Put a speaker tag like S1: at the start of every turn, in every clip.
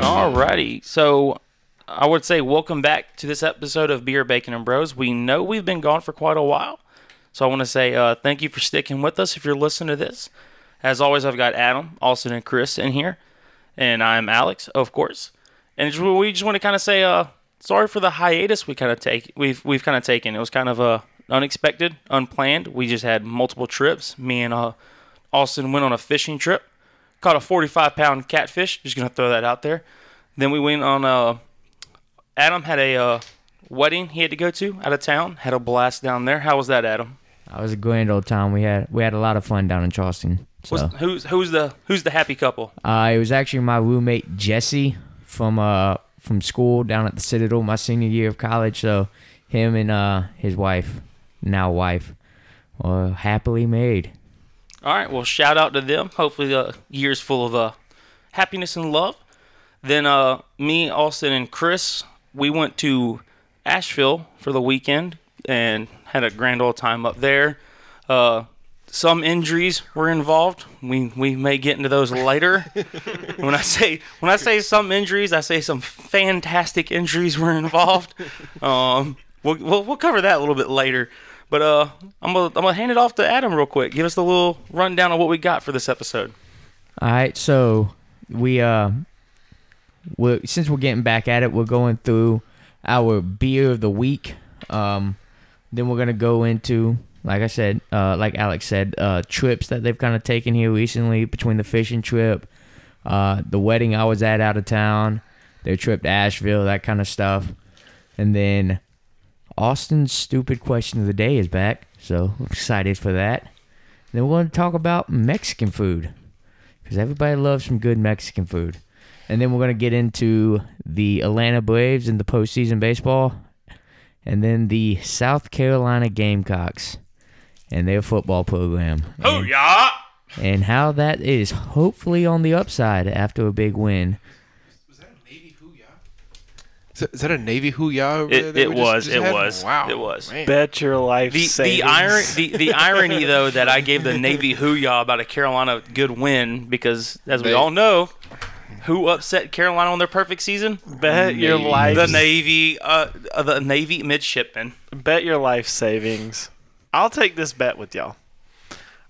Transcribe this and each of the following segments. S1: Alrighty, so I would say welcome back to this episode of Beer, Bacon, and Bros. We know we've been gone for quite a while, so I want to say uh, thank you for sticking with us. If you're listening to this, as always, I've got Adam, Austin, and Chris in here, and I'm Alex, of course. And just- we just want to kind of say uh, sorry for the hiatus we kind of take we've we've kind of taken. It was kind of uh, unexpected, unplanned. We just had multiple trips. Me and uh, Austin went on a fishing trip caught a 45 pound catfish. Just gonna throw that out there. Then we went on. Uh, Adam had a uh, wedding he had to go to out of town. Had a blast down there. How was that, Adam?
S2: That was a grand old time. We had we had a lot of fun down in Charleston. So
S1: Was, Who's who's the who's the happy couple?
S2: uh, it was actually my roommate Jesse from uh from school down at the Citadel my senior year of college. So him and uh his wife, now wife, were happily married.
S1: All right. Well, shout out to them. Hopefully, the year's full of uh, happiness and love. Then uh, me, Austin, and Chris, we went to Asheville for the weekend and had a grand old time up there. Uh, some injuries were involved. We we may get into those later. when I say when I say some injuries, I say some fantastic injuries were involved. Um, we'll, we'll we'll cover that a little bit later. But uh, I'm gonna I'm gonna hand it off to Adam real quick. Give us the little rundown of what we got for this episode.
S2: All right, so we uh, we since we're getting back at it, we're going through our beer of the week. Um, then we're gonna go into, like I said, uh, like Alex said, uh, trips that they've kind of taken here recently between the fishing trip, uh, the wedding I was at out of town, their trip to Asheville, that kind of stuff, and then Austin's stupid question of the day is back, so excited for that. Then we're gonna talk about Mexican food because everybody loves some good Mexican food. And then we're going to get into the Atlanta Braves and the postseason baseball, and then the South Carolina Gamecocks and their football program, and,
S1: Oh, yeah!
S2: and how that is hopefully on the upside after a big win.
S3: Was that a Navy Hooyah? Is that, is that a Navy Hooyah? over there
S1: It,
S3: that
S1: it
S3: we just-
S1: was
S3: just
S1: it
S3: had?
S1: was
S3: Wow.
S1: it was.
S3: Man.
S4: Bet your life
S1: The, the,
S4: savings.
S1: iron, the, the irony, though, that I gave the Navy hooyah about a Carolina good win because, as we
S3: They-
S1: all know, who upset Carolina on their perfect season?
S4: bet your life.
S1: The Navy, uh, uh, the Navy midshipman.
S4: bet your life savings. I'll take this bet with y'all.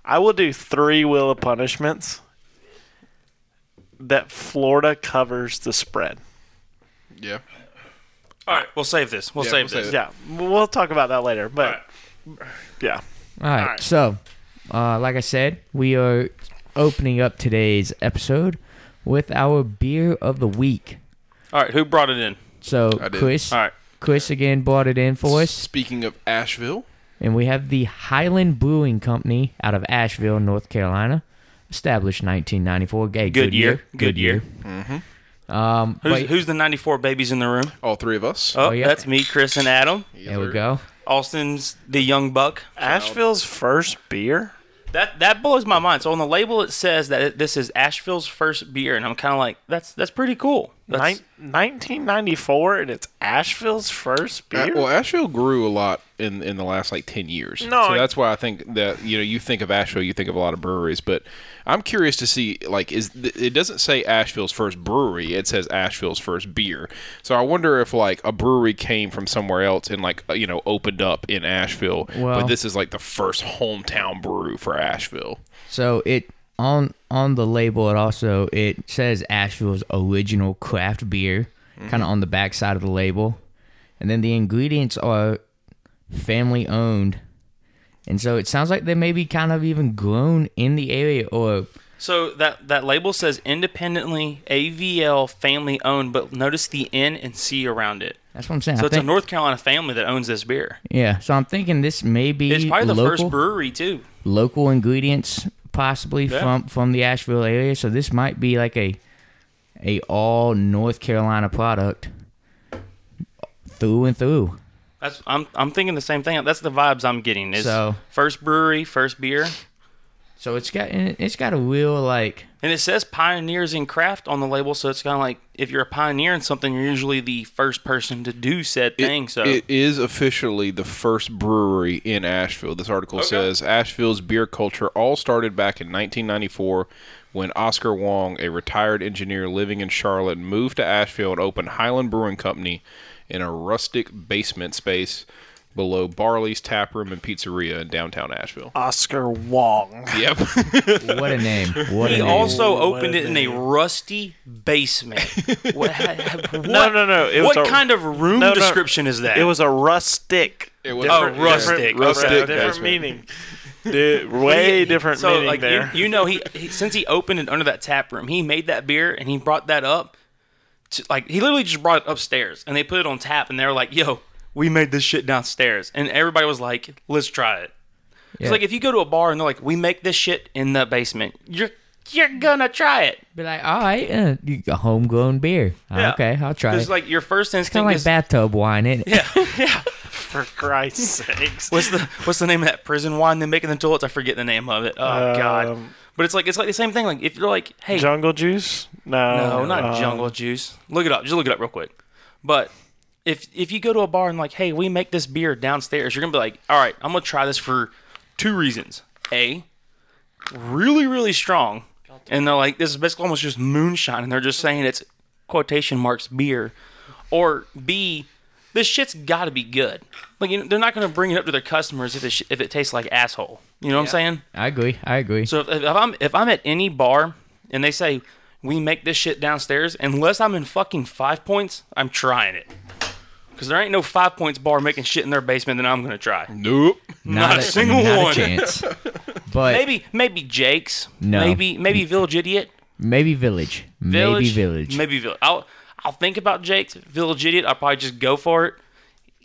S4: I will do three will of punishments that Florida covers the spread.
S3: Yeah.
S1: All right, we'll save this. We'll
S3: Yeah,
S1: save
S3: we'll save
S1: this.
S3: it.
S4: Yeah, we'll talk about that later. But yeah,
S2: All right. So, uh, like I said, we are opening up today's episode with our beer of the week.
S1: All right, who brought it in?
S2: So,
S3: I did.
S2: Chris,
S1: All right,
S2: Chris again brought it in for us.
S3: Speaking of Asheville,
S2: And we have the Highland Brewing Company out of Asheville, North Carolina, established 1994. Hey, good,
S1: year. Good year.
S2: Um,
S1: who's,
S2: but-
S1: who's the '94 babies in the room?
S3: all three of us.
S1: Oh,
S2: Oh, yeah.
S1: that's me, Chris, and Adam.
S2: there we go.
S1: Austin's the young buck.
S4: Asheville's first beer.
S1: That that blows my mind. So on the label it says that it, this is Asheville's first beer, and I'm kind of like, that's that's pretty cool. That's,
S4: Nin- 1994 and it's Asheville's first
S3: A-
S4: beer.
S3: well, Asheville grew a lot in in the last like ten years.
S4: No,
S3: so
S4: I-
S3: that's why I think that you know you think of Asheville, you think of a lot of breweries. But I'm curious to see like is th- it doesn't say Asheville's first brewery; it says Asheville's first beer. So I wonder if like a brewery came from somewhere else and like uh, you know opened up in Asheville,
S2: Well-
S3: but this is like the first hometown brew for Asheville.
S2: So it on on the label. It also it says Asheville's original craft beer,
S1: Mm-hmm.
S2: kind of on the back side of the label, and then the ingredients are family owned, and so it sounds like they may be kind of even grown in the area or
S1: so that that label says independently AVL family owned, but notice the N and C around it.
S2: that's what I'm saying.
S1: So
S2: I
S1: it's a
S2: think-
S1: North Carolina family that owns this beer.
S2: Yeah, so I'm thinking this may be
S1: It's probably the
S2: local,
S1: first brewery too.
S2: local ingredients, possibly
S1: Yeah.
S2: from from the Asheville area. So this might be like a a all North Carolina product through and through.
S1: That's I'm I'm thinking the same thing. That's the vibes I'm getting. Is
S2: So-
S1: first brewery, first beer.
S2: So it's got and it's got a real like
S1: And it says pioneers in craft on the label, so it's kind of like if you're a pioneer in something, you're usually the first person to do said
S3: It-
S1: thing. So
S3: it is officially the first brewery in Asheville. This article says Asheville's beer culture all started back in 1994 when Oscar Wong, a retired engineer living in Charlotte, moved to Asheville and opened Highland Brewing Company in a rustic basement space below Barley's Tap Room and Pizzeria in downtown Asheville.
S4: Oscar Wong.
S3: Yep.
S2: what a name. What a
S1: he
S2: name.
S1: also
S4: Ooh, what
S1: opened
S4: a
S1: it in a rusty basement. what, what,
S4: No, no, no, it was
S1: what
S4: a-
S1: kind of room
S4: no, no.
S1: description is that?
S4: It was a rustic.
S3: It was-
S4: different-
S1: Oh, rustic.
S4: different-
S1: Rustic,
S4: different-
S3: that's
S4: Different
S3: right.
S4: meaning. Dude, way different
S1: so,
S4: meaning
S1: like, you-
S4: there.
S1: You, know, he, he since he opened it under that tap room, he made that beer and he brought that up. To, like he literally just brought it upstairs and they put it on tap and they were like, "Yo, we made this shit downstairs," and everybody was like, "Let's try it."
S2: Yeah.
S1: It's like if you go to a bar and they're like, "We make this shit in the basement," you're you're gonna try it.
S2: be like, all right, uh, you- a homegrown beer.
S1: Yeah.
S2: Okay, I'll try
S1: It's
S2: it.
S1: like your first
S2: kind
S1: instinct
S2: of like
S1: is
S2: bathtub wine, is
S1: yeah, yeah.
S4: for Christ's sakes.
S1: What's the what's the name of that prison wine they make in the toilets? I forget the name of it. Oh god.
S4: Um,
S1: But it's like it's like the same thing. Like if you're like, hey,
S4: Jungle juice? No.
S1: No, not
S4: um,
S1: jungle juice. Look it up. Just look it up real quick. But if if you go to a bar and like, hey, we make this beer downstairs, you're gonna be like, all right, I'm gonna try this for two reasons. A, really, really strong, and they're like, this is basically almost just moonshine, and they're just saying it's quotation marks beer, or B, this shit's got to be good. Like you know, they're not gonna bring it up to their customers if it sh- if it tastes like asshole. You know what I'm saying?
S2: I agree. I agree.
S1: So if, if I'm if I'm at any bar and they say we make this shit downstairs, unless I'm in fucking five points, I'm trying it. Cause there ain't no five points bar making shit in their basement that I'm gonna try.
S3: Nope.
S1: not a single
S2: not
S1: one.
S2: A chance. But maybe,
S1: Maybe maybe Jake's.
S2: No.
S1: Maybe maybe Village Idiot.
S2: village.
S1: Village.
S2: Maybe village.
S1: Maybe Village. I'll I'll think about Jake's Village Idiot. I'll probably just go for it.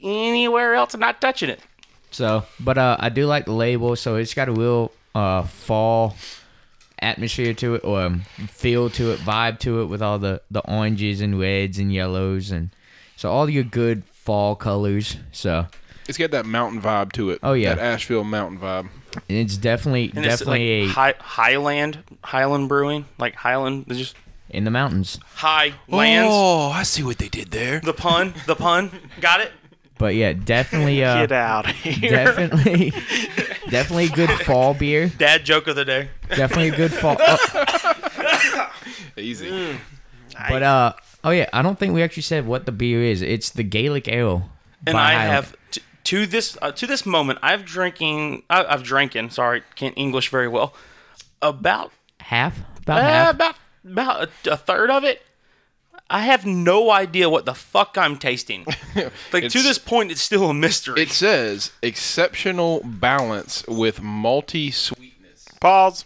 S1: Anywhere else, I'm not touching it.
S2: So, but uh, I do like the label. So it's got a real uh, fall atmosphere to it, or um, feel to it, vibe to it, with all the the oranges and reds and yellows, and so all your good fall colors. So
S3: It's got that mountain vibe to it.
S2: Oh, yeah.
S3: That Asheville mountain vibe.
S2: it's definitely
S1: And
S2: definitely
S1: it's
S2: a,
S1: like Hi- Highland, Highland Brewing, like Highland, it's just
S2: in the mountains.
S1: Highlands.
S3: Oh, I see what they did there.
S1: The pun, the pun. Got it?
S2: But yeah, definitely uh,
S4: Get out of here.
S2: definitely definitely a good fall beer.
S1: Dad joke of the day.
S2: Definitely a good fall. oh,
S3: Easy.
S2: but uh, oh yeah, I don't think we actually said what the beer is. It's the Gaelic Ale.
S1: And
S2: by
S1: I
S2: Highland.
S1: have t- to this uh, to this moment, I've drinking I, I've drinking, sorry, can't English very well. About
S2: half about
S1: uh,
S2: half.
S1: about about a, a third of it. I have no idea what the fuck I'm tasting. like to
S3: It's-
S1: this point it's still a mystery.
S3: It says exceptional balance with multi sweetness.
S4: Pause.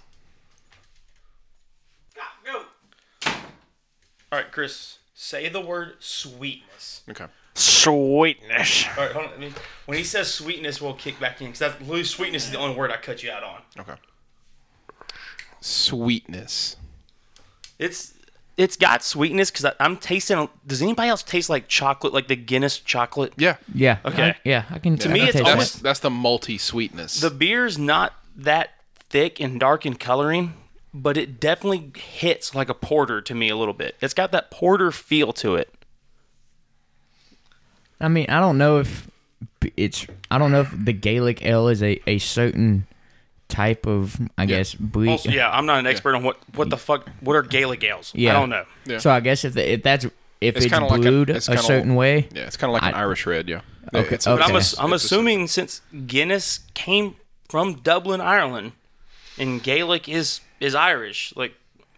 S1: All right, Chris, say the word sweetness.
S3: Okay.
S4: Sweetness.
S1: All right, hold on. let me- When he says sweetness, we'll kick back in because that's literally sweetness is the only word I cut you out on.
S3: Okay. Sweetness.
S1: It's it's got sweetness because I'm tasting. Does anybody else taste like chocolate, like the Guinness chocolate?
S3: Yeah.
S2: Yeah.
S1: Okay.
S2: I- yeah, I can. To
S1: me, it's
S3: That's,
S1: almost-
S3: that's the multi sweetness.
S1: The beer's not that thick and dark in coloring, but it definitely hits like a porter to me a little bit. It's got that porter feel to it.
S2: I mean, I don't know if b- it's. I don't know if the Gaelic ale is a, a certain type of, I guess, breed.
S1: Also, yeah, I'm not an expert on what what the fuck what are Gaelic ales.
S2: Yeah.
S1: I don't know.
S3: Yeah.
S2: So I guess if the, if that's if
S3: It's
S2: it's,
S3: kinda like a-
S2: brewed a,
S3: it's kinda
S2: certain way,
S3: yeah, it's kind of like an
S2: I-
S3: Irish red. Yeah.
S2: Okay,
S3: It's a-
S2: okay.
S1: But I'm
S2: Yeah.
S1: ass- I'm
S3: It's a-
S1: assuming since Guinness came from Dublin, Ireland, and Gaelic is is Irish, like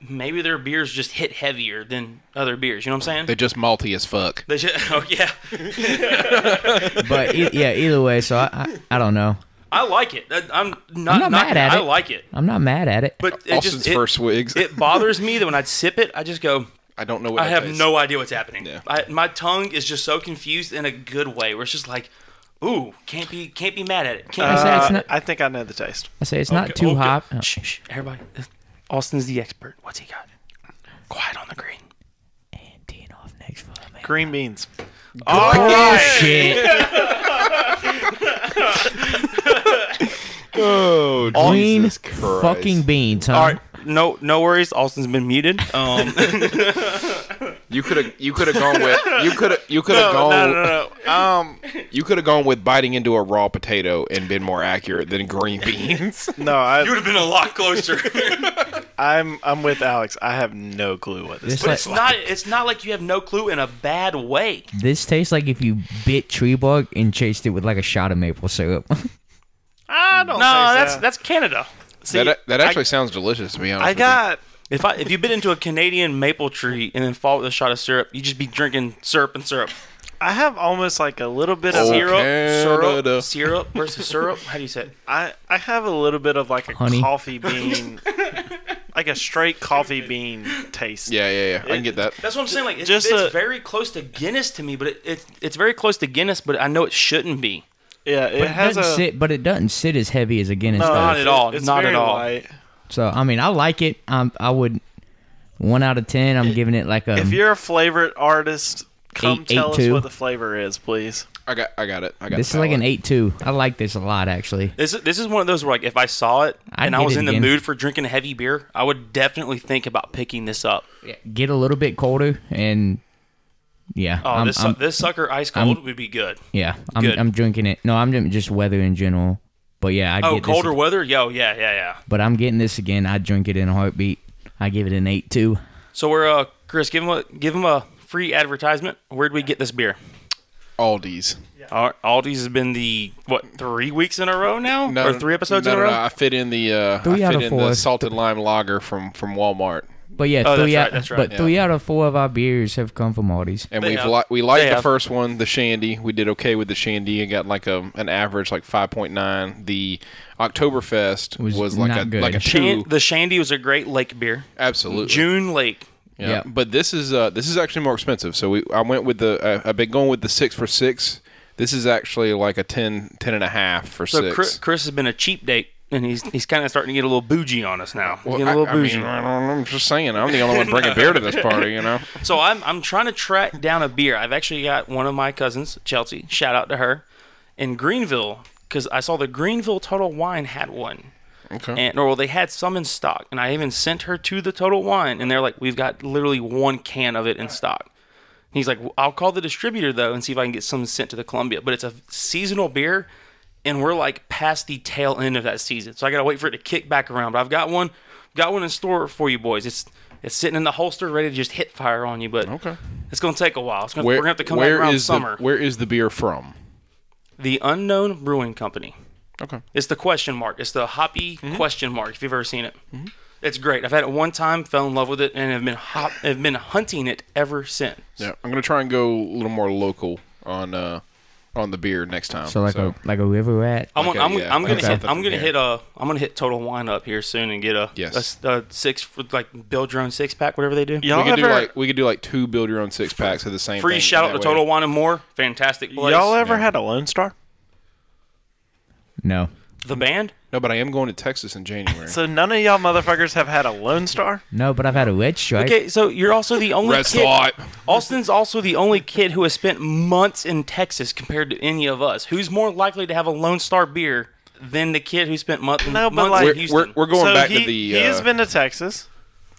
S1: maybe their beers just hit heavier than other beers. You know what I'm saying?
S3: They're just malty as fuck.
S1: They should, oh yeah,
S2: but e- yeah, either way. So I, I, I don't know.
S1: I like it. I- I'm not,
S2: I'm
S1: knocking
S2: not mad at
S1: I
S2: it.
S1: like it,
S2: I'm not mad at it.
S1: but it
S3: Austin's
S1: just it,
S3: first wigs.
S1: it bothers me that when I sip it, I just go.
S3: I don't know what
S1: I
S3: that
S1: have
S3: tastes.
S1: no idea what's happening.
S3: Yeah.
S1: I, my tongue is just so confused in a good way, where it's just like, "Ooh, can't be, can't be mad at it."
S4: Uh,
S1: Can't
S2: I
S1: be
S2: say
S1: mad
S2: it's
S1: at
S2: not.
S4: I think I know the taste.
S2: I say it's not too
S1: okay.
S2: hot. Oh.
S1: it." Shh, shh, everybody. Austin's the expert. What's he got? Quiet on the green.
S2: And teeing off next for me.
S4: Green beans.
S1: All right.
S2: Shit.
S3: Oh,
S2: Green
S3: Jesus Christ.
S2: fucking beans, huh?
S1: All right, no, no worries. Austin's been muted. Um,
S3: You could have you could have gone with you could have you could have
S4: No,
S3: gone
S4: no, no, no. Um,
S3: you could have gone with biting into a raw potato and been more accurate than green beans.
S4: no, I,
S1: would have been a lot closer.
S4: I'm I'm with Alex. I have no clue what
S2: This
S4: this. is.
S1: But
S2: like-
S1: it's not. It's not like you have no clue in a bad way.
S2: This tastes like if you bit tree bark and chased it with like a shot of maple syrup.
S4: I don't.
S1: No,
S4: think
S1: that's
S4: so.
S1: that's Canada. See,
S3: that that actually sounds delicious to be honest.
S4: I
S3: with
S4: got.
S1: if I if you bit into a Canadian maple tree and then fall with a shot of syrup, you just be drinking syrup and syrup,
S4: I have almost like a little bit of
S3: Oh,
S1: syrup,
S3: Canada.
S1: syrup, syrup versus syrup. How do you say? It?
S4: I I have a little bit of like a
S2: Honey.
S4: coffee bean, like a straight coffee bean taste.
S3: you. Yeah, yeah, yeah. I can get that.
S1: That's what I'm saying. Like, it's,
S4: Just
S1: it's
S4: a-
S1: very close to Guinness to me, but it, it it's very close to Guinness, but I know it shouldn't be.
S4: yeah. It
S2: But it
S4: has
S2: doesn't
S4: a.
S2: sit, but it doesn't sit as heavy as a Guinness
S4: no,
S2: does.
S1: Not at all,
S4: It's
S1: not at
S4: very
S1: all.
S4: light.
S2: So I mean, I like it. I'm, I would one out of ten. I'm giving it like a.
S4: If you're a flavored artist, come
S2: Eight-
S4: tell
S2: eight
S4: us
S2: two.
S4: what the flavor is, please.
S3: I got I got it. I got
S2: this is
S3: the
S2: like an
S3: palate.
S2: eight two. I like this a lot actually.
S1: This is, this is one of those where like if I saw it
S2: I'd
S1: and I
S2: get
S1: was
S2: it
S1: in the
S2: again.
S1: mood for drinking heavy beer, I would definitely think about picking this up.
S2: Get a little bit colder and yeah.
S1: Oh,
S2: I'm,
S1: this su-
S2: I'm-
S1: this sucker ice cold would be good.
S2: yeah. I'm,
S1: good.
S2: I'm drinking it. No, I'm just weather in general. But yeah, I
S1: Oh,
S2: get
S1: colder
S2: This,
S1: weather? Yo, yeah, yeah, yeah.
S2: but I'm getting this again. I drink it in a heartbeat. I give it an eight two.
S1: So we're uh, Chris, give him a give him a free advertisement. Where'd we get this beer?
S3: Aldi's.
S1: Al- Aldi's has been the what three weeks in a row now, or three episodes
S3: no,
S1: in a
S3: no,
S1: row.
S3: No, I fit in the uh,
S2: Three
S3: I
S2: out
S3: fit
S2: of
S3: in
S2: four.
S3: the salted lime lager from from Walmart,
S2: But yeah,
S1: Oh,
S2: three
S1: that's right,
S2: out.
S1: that's right,
S2: but
S1: yeah.
S2: three out of four of our beers have come from Aldi's.
S3: and
S1: They
S3: we've
S1: have-
S3: li- we
S1: they
S3: liked the
S1: have.
S3: first one, the Shandy. We did okay with the Shandy and got like a an average like five point nine. The Oktoberfest
S2: Was
S3: was, like
S2: not
S3: a
S2: good.
S3: like a
S1: Shan-
S3: two.
S1: the Shandy was a great lake beer.
S3: Absolutely.
S1: June Lake.
S3: Yeah.
S2: Yeah.
S3: But this is uh this is actually more expensive. So we I went with the uh, I've been going with the 6 for 6. This is actually like a 10 10 and a half for
S1: So
S3: 6.
S1: Chris, Chris has been a cheap date, and he's he's kind of starting to get a little bougie on us now. He's
S3: Well,
S1: getting a little
S3: I, I
S1: bougie.
S3: mean, I don't, know, I'm just saying, I'm the only one bringing beer to this party, you know.
S1: So I'm I'm trying to track down a beer. I've actually got one of my cousins, Chelsea. Shout out to her in Greenville because I saw the Greenville Total Wine had one,
S3: Okay.
S1: and or well they had some in stock, and I even sent her to the Total Wine, and they're like, we've got literally one can of it in stock. And he's like, "Well, I'll call the distributor though and see if I can get some sent to the Columbia, but it's a seasonal beer. And we're like past the tail end of that season, so I gotta wait for it to kick back around. But I've got one, got one in store for you boys. It's it's sitting in the holster, ready to just hit fire on you. But
S3: Okay.
S1: it's going to take a while. It's gonna,
S3: Where,
S1: we're going to have to come back
S3: where
S1: around
S3: is
S1: summer.
S3: The, where is the beer from?
S1: the Unknown Brewing Company.
S3: Okay.
S1: It's the question mark. It's the hoppy
S3: Mm-hmm.
S1: question mark. If you've ever seen it, it's great. I've had it one time, fell in love with it, and have been hop, have been hunting it ever since.
S3: Yeah, I'm going to try and go a little more local on uh on the beer next time.
S2: So like a like a river rat.
S1: I'm,
S3: Like
S1: gonna-
S3: a-
S1: I'm,
S3: yeah,
S1: I'm
S3: like
S1: gonna
S3: a
S1: hit,
S3: something
S1: I'm gonna
S3: here.
S1: hit a I'm gonna hit total wine up here soon and get a
S3: Yes.
S1: a s- a, six like build your own six pack whatever they do.
S3: we
S4: Y'all
S3: could
S4: ever
S3: do like we could do like two build your own six packs of the same
S1: Free
S3: thing,
S1: shout
S3: that
S1: out to
S3: way-
S1: Total Wine and more. Fantastic place.
S4: y'all ever
S3: Yeah.
S4: had a Lone Star?
S2: No,
S1: the band?
S3: No, but I am going to Texas in January.
S4: So none of y'all motherfuckers have had a Lone Star.
S2: no, but I've had a red stripe.
S1: Okay, so you're also the only
S3: Red
S1: kid.
S3: Stripe.
S1: Austin's also the only kid who has spent months in Texas compared to any of us. Who's more likely to have a Lone Star beer than the kid who spent month,
S4: No, but
S1: months
S4: like-
S1: in
S3: we're,
S1: Houston?
S3: we're, we're going
S4: so
S3: back
S4: he,
S3: to the.
S4: he
S3: uh,
S4: has been to Texas.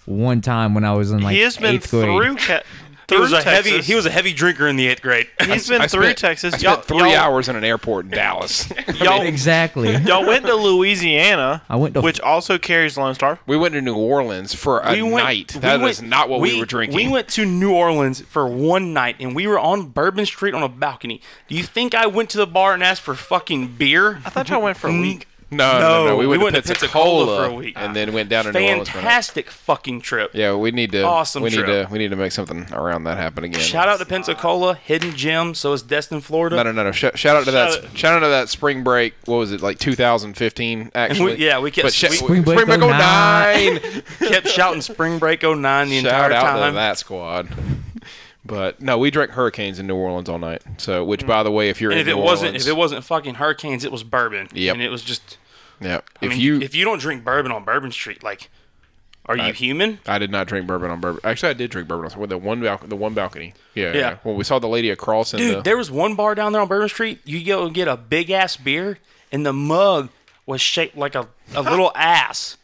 S2: One time when I was in like
S4: he has been
S2: eighth grade.
S4: through. Ca-
S1: he
S4: through
S1: was a
S4: Texas.
S1: heavy. He was a heavy drinker in the eighth grade.
S4: He's been
S3: I
S4: through
S3: spent-
S4: Texas.
S3: I spent
S4: y'all,
S3: 3
S4: y'all-
S3: hours in an airport in Dallas.
S4: Y'all,
S2: Exactly.
S4: y'all went to Louisiana,
S2: I went to-
S4: which also carries Lone Star.
S3: we went to New Orleans for a night. That
S1: we
S3: is
S1: went-
S3: not what we, were drinking.
S1: We went to New Orleans for one night, and we were on Bourbon Street on a balcony. Do you think I went to the bar and asked for fucking beer? Mm,
S4: I thought y'all went for a week.
S3: no, no, no, We went, to Pensacola,
S1: for a week.
S3: and then went down to New Orleans. for a night.
S1: Fantastic fucking trip.
S3: Yeah, we need to.
S1: Awesome
S3: We need
S1: trip.
S3: to. We need to make something around that happen again.
S1: Shout out to Pensacola, Hidden Gem. So is Destin, Florida.
S3: No, no, no, no. Sh- shout out to that.
S4: Shout
S3: Shout, out to that spring break. What was it like? 2015. Actually,
S1: yeah, we kept-
S3: But sh-
S1: we-
S2: Spring Break 09.
S3: 09.
S1: Kept shouting Spring Break 09 the entire
S3: Shout out
S1: time.
S3: to that squad. But no, we drank hurricanes in New Orleans all night. So, which by the way, if you're
S1: Mm. And
S3: in
S1: if
S3: New
S1: it wasn't
S3: Orleans,
S1: if it wasn't fucking hurricanes, it was bourbon.
S3: Yep.
S1: And it was just
S3: yeah,
S1: I
S3: if
S1: mean,
S3: you,
S1: if you don't drink bourbon on Bourbon Street, like are you human?
S3: I did not drink bourbon on bourbon. Actually, I did drink bourbon on with the one balcony. The one balcony. Yeah,
S1: Yeah.
S3: yeah. When we saw the lady across in
S1: Dude,
S3: the
S1: there was one bar down there on Bourbon Street. You go and get a big ass beer, and the mug was shaped like a, a little ass,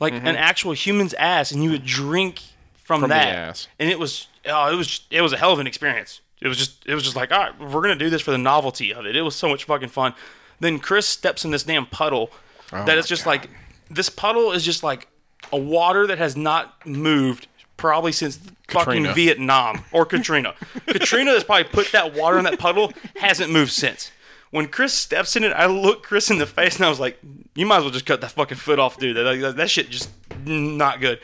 S1: like an actual human's ass, and you would drink from,
S3: Mm-hmm. From the
S1: that.
S3: ass.
S1: And it was oh, it was it was a hell of an experience. It was just it was just like all right, we're gonna do this for the novelty of it. It was so much fucking fun. Then Chris steps in this damn puddle
S3: Oh
S1: that it's just like this puddle is just like a water that has not moved probably since fucking
S3: Katrina.
S1: Vietnam or Katrina. Katrina has probably put that water in that puddle, hasn't moved since. When Chris steps in it, I look Chris in the face and I was like, "You might as well just cut that fucking foot off, dude. That, that, that shit just not good."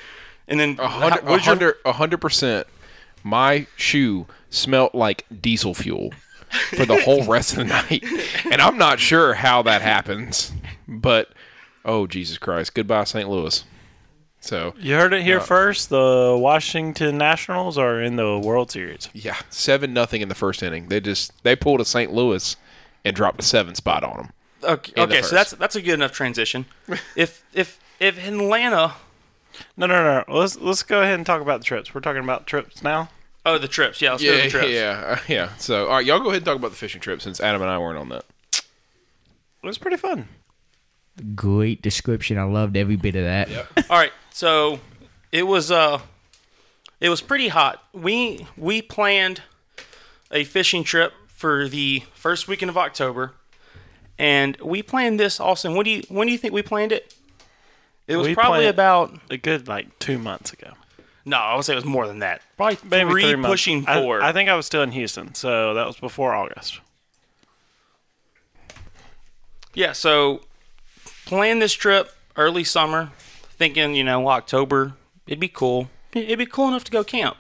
S1: And then
S3: A hundred-
S1: how- what
S3: a
S1: did your-
S3: hundred- a hundred percent. My shoe smelt like diesel fuel for the whole rest of the night, and I'm not sure how that happens. But oh Jesus Christ! Goodbye St. Louis. So
S4: You heard it here first. The Washington Nationals are in the World Series.
S3: yeah, seven nothing in the first inning. They just they pulled a St. Louis and dropped a seven spot on them.
S1: okay,
S3: in the
S1: okay,
S3: first.
S1: so that's that's a good enough transition. if if if Atlanta,
S4: No, no, no. Let's let's go ahead and talk about the trips. We're talking about trips now.
S1: oh the trips, yeah, let's go to the
S3: Yeah,
S1: trips.
S3: yeah, uh, yeah. So all right, y'all go ahead and talk about the fishing trip since Adam and I weren't on that.
S4: It was pretty fun.
S2: Great description. I loved every bit of that.
S1: All right, so it was uh, it was pretty hot. We we planned a fishing trip for the first weekend of October, and we planned this. Austin, when do you when do you think we planned it? It was
S4: We
S1: probably
S4: planned-
S1: about
S4: A good like two months ago.
S1: no, I would say it was more than that. Probably
S4: Maybe
S1: three,
S4: three months.
S1: pushing
S4: I-
S1: four.
S4: I, think I was still in Houston, so that was before August.
S1: Yeah, so plan this trip early summer, thinking, you know, October, it'd be cool. It'd be cool enough to go camp.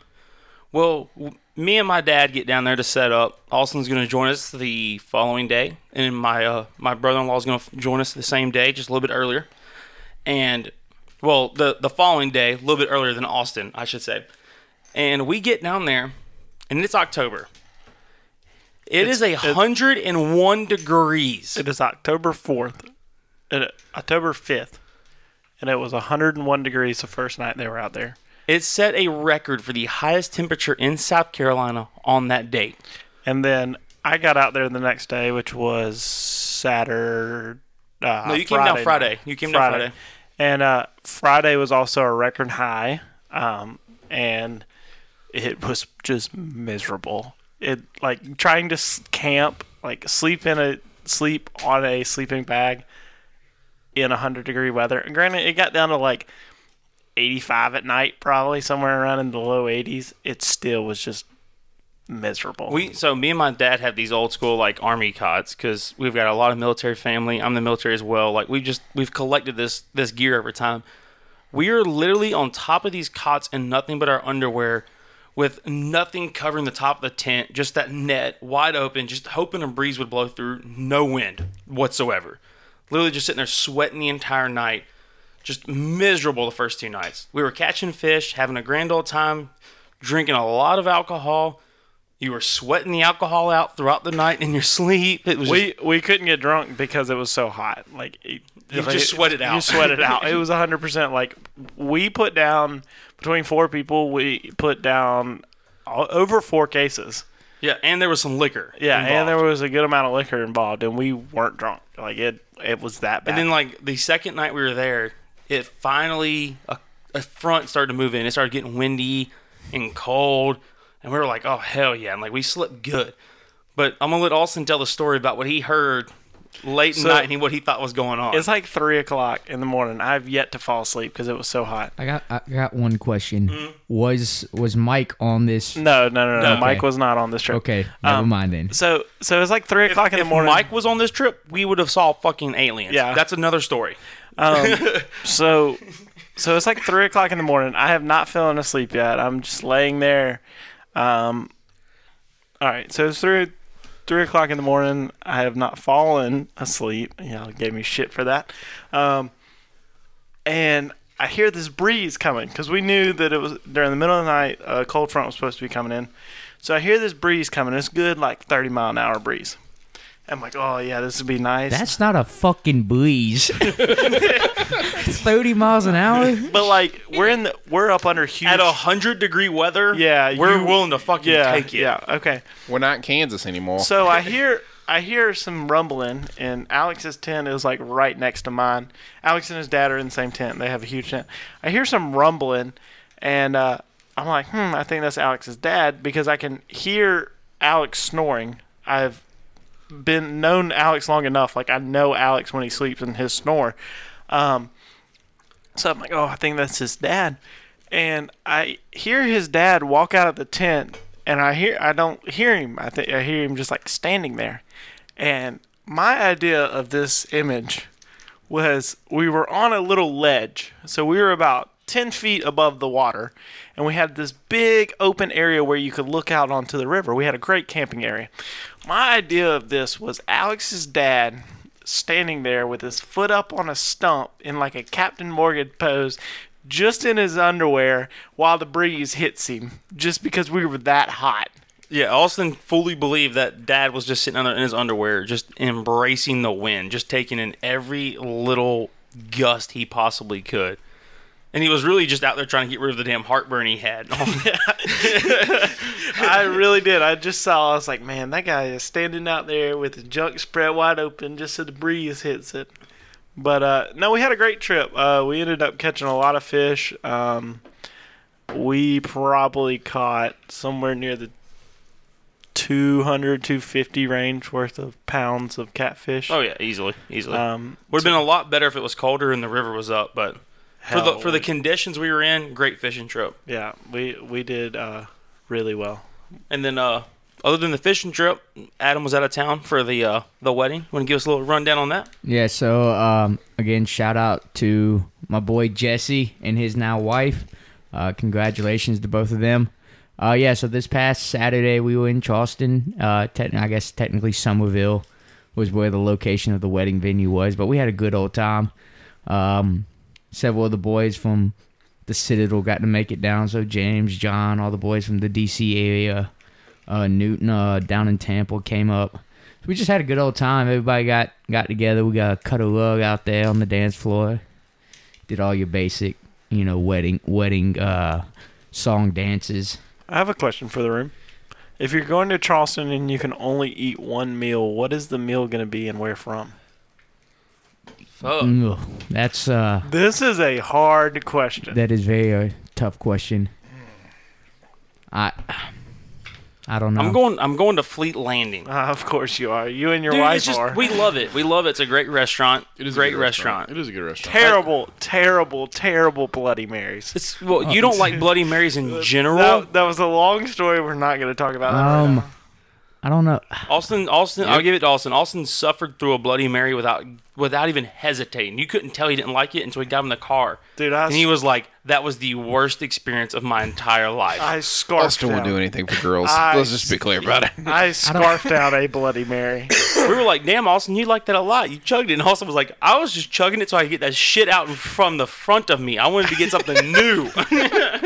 S1: Well, w- me and my dad get down there to set up. Austin's going to join us the following day, and my uh, my brother-in-law is going to join us the same day, just a little bit earlier. And well, the the following day, a little bit earlier than Austin, I should say. And we get down there, and it's October. it's, a hundred and one degrees.
S4: It is October fourth, and October fifth, and it was 101 degrees the first night they were out there.
S1: It set a record for the highest temperature in South Carolina on that date.
S4: And then I got out there the next day, which was Saturday. Uh,
S1: No, you came down Friday.
S4: night.
S1: You came down Friday.
S4: And uh, Friday was also a record high. Um, and it was just miserable. It like trying to s- camp, like sleep in a sleep on a sleeping bag in 100 degree weather. And granted, it got down to like 85 at night, probably somewhere around in the low 80s. It still was just miserable.
S1: We so me and my dad have these old school like army cots because we've got a lot of military family. I'm in the military as well. Like we just we've collected this this gear over time. We are literally on top of these cots in nothing but our underwear, with nothing covering the top of the tent, just that net wide open, just hoping a breeze would blow through, no wind whatsoever. Literally just sitting there sweating the entire night, just miserable the first two nights. We were catching fish, having a grand old time, drinking a lot of alcohol. You were sweating the alcohol out throughout the night in your sleep. It was
S4: We we couldn't get drunk because it was so hot. Like it, you
S1: just sweat it
S4: You
S1: out.
S4: sweat it out. It was hundred percent. Like we put down between four people, we put down all, over four cases.
S1: yeah, and there was some liquor.
S4: Yeah, and
S1: involved.
S4: there was a good amount of liquor involved, and we weren't drunk. Like it, it was that bad.
S1: And then like the second night we were there, it finally a, a front started to move in. It started getting windy and cold, and we were like, "Oh hell yeah!" And like we slept good. But I'm gonna let Austin tell the story about what he heard late
S4: So-
S1: night and what he thought was going on.
S4: it's like three o'clock in the morning. I've yet to fall asleep because it was so hot.
S2: I got I got one question. Was was Mike on this?
S4: No, no, no, no.
S1: No.
S4: Mike
S2: Okay.
S4: was not on this trip.
S2: Okay, never mind then.
S4: So, so it was like three o'clock in
S1: if
S4: the morning.
S1: Mike was on this trip, we would have saw fucking aliens.
S4: Yeah.
S1: that's another story.
S4: So, so it's like three o'clock in the morning. I have not fallen asleep yet. I'm just laying there. Um, all right. So it's three, three o'clock in the morning. I have not fallen asleep. Y'all gave me shit for that. Um, and I hear this breeze coming because we knew that it was during the middle of the night. A cold front was supposed to be coming in. So I hear this breeze coming. It's good, like thirty mile an hour breeze. I'm like, oh yeah, this would be nice.
S2: That's not a fucking breeze. Thirty miles an hour.
S4: but like we're in the we're up under huge
S1: At a hundred degree weather,
S4: Yeah,
S1: we're
S4: you-
S1: willing to fucking
S4: yeah,
S1: take it.
S4: Yeah, okay.
S3: We're not in Kansas anymore.
S4: So I hear I hear some rumbling, and Alex's tent is like right next to mine. Alex and his dad are in the same tent. They have a huge tent. I hear some rumbling, and uh, I'm like, hmm, I think that's Alex's dad because I can hear Alex snoring. I've been known Alex long enough. Like I know Alex when he sleeps and his snore. Um, so I'm like, oh, I think that's his dad. And I hear his dad walk out of the tent, and I hear I don't hear him. I think I hear him just like standing there. And my idea of this image was we were on a little ledge, so we were about ten feet above the water, and we had this big open area where you could look out onto the river. We had a great camping area. My idea of this was Alex's dad standing there with his foot up on a stump in like a Captain Morgan pose, just in his underwear while the breeze hits him, just because we were that hot.
S1: Yeah, Austin fully believed that Dad was just sitting under, in his underwear, just embracing the wind, just taking in every little gust he possibly could. And he was really just out there trying to get rid of the damn heartburn he had.
S4: Oh, I really did. I just saw, I was like, man, that guy is standing out there with his junk spread wide open just so the breeze hits it. But uh, no, we had a great trip. Uh, we ended up catching a lot of fish. Um, we probably caught somewhere near the 200, 250 range worth of pounds of catfish.
S1: oh yeah, easily, easily.
S4: Um,
S1: Would have been a lot better if it was colder and the river was up, but for the
S4: Hell,
S1: for the
S4: we-
S1: conditions we were in, great fishing trip.
S4: yeah, we we did uh, really well.
S1: And then uh other than the fishing trip, Adam was out of town for the uh the wedding. Want to give us a little rundown on that?
S2: Yeah, so um, again, shout out to my boy Jesse and his now wife. Uh, congratulations to both of them. Uh, yeah, so this past Saturday we were in Charleston. Uh, techn I guess technically Somerville was where the location of the wedding venue was, but we had a good old time. Um, several of the boys from the Citadel got to make it down. So James, John, all the boys from the D.C. area, uh, Newton uh, down in Tampa came up. So we just had a good old time. Everybody got got together. We got cut a rug out there on the dance floor. Did all your basic, you know, wedding wedding uh, song dances.
S4: I have a question for the room. If you're going to Charleston and you can only eat one meal, what is the meal going to be and where from?
S1: Fuck.
S2: Ugh, that's uh,
S4: This is a hard question.
S2: that is very uh, tough question. I I don't know.
S1: I'm going I'm going to Fleet Landing.
S4: Ah, of course you are. You and your
S1: Dude,
S4: wife
S1: it's just,
S4: are.
S1: we love it. We love it. It's a great restaurant.
S3: It is a
S1: great
S3: good
S1: restaurant.
S3: It is a good restaurant.
S4: terrible, terrible, terrible Bloody Marys.
S1: It's well, you don't like Bloody Marys in general.
S4: That, that was a long story. We're not going to talk about that.
S2: um, I don't know.
S1: Austin, Austin, I'll
S3: Yep.
S1: give it to Austin. Austin suffered through a Bloody Mary without without even hesitating. You couldn't tell he didn't like it until he got in the car,
S4: Dude, I,
S1: and he
S4: s-
S1: was like, "That was the worst experience of my entire life."
S4: I scarfed
S3: Austin won't
S4: down.
S3: do anything for girls.
S4: I-
S3: Let's just be clear about it.
S4: I scarfed out a Bloody Mary.
S1: we were like, "Damn, Austin, you liked that a lot. You chugged it." And Austin was like, "I was just chugging it so I could get that shit out from the front of me. I wanted to get something new."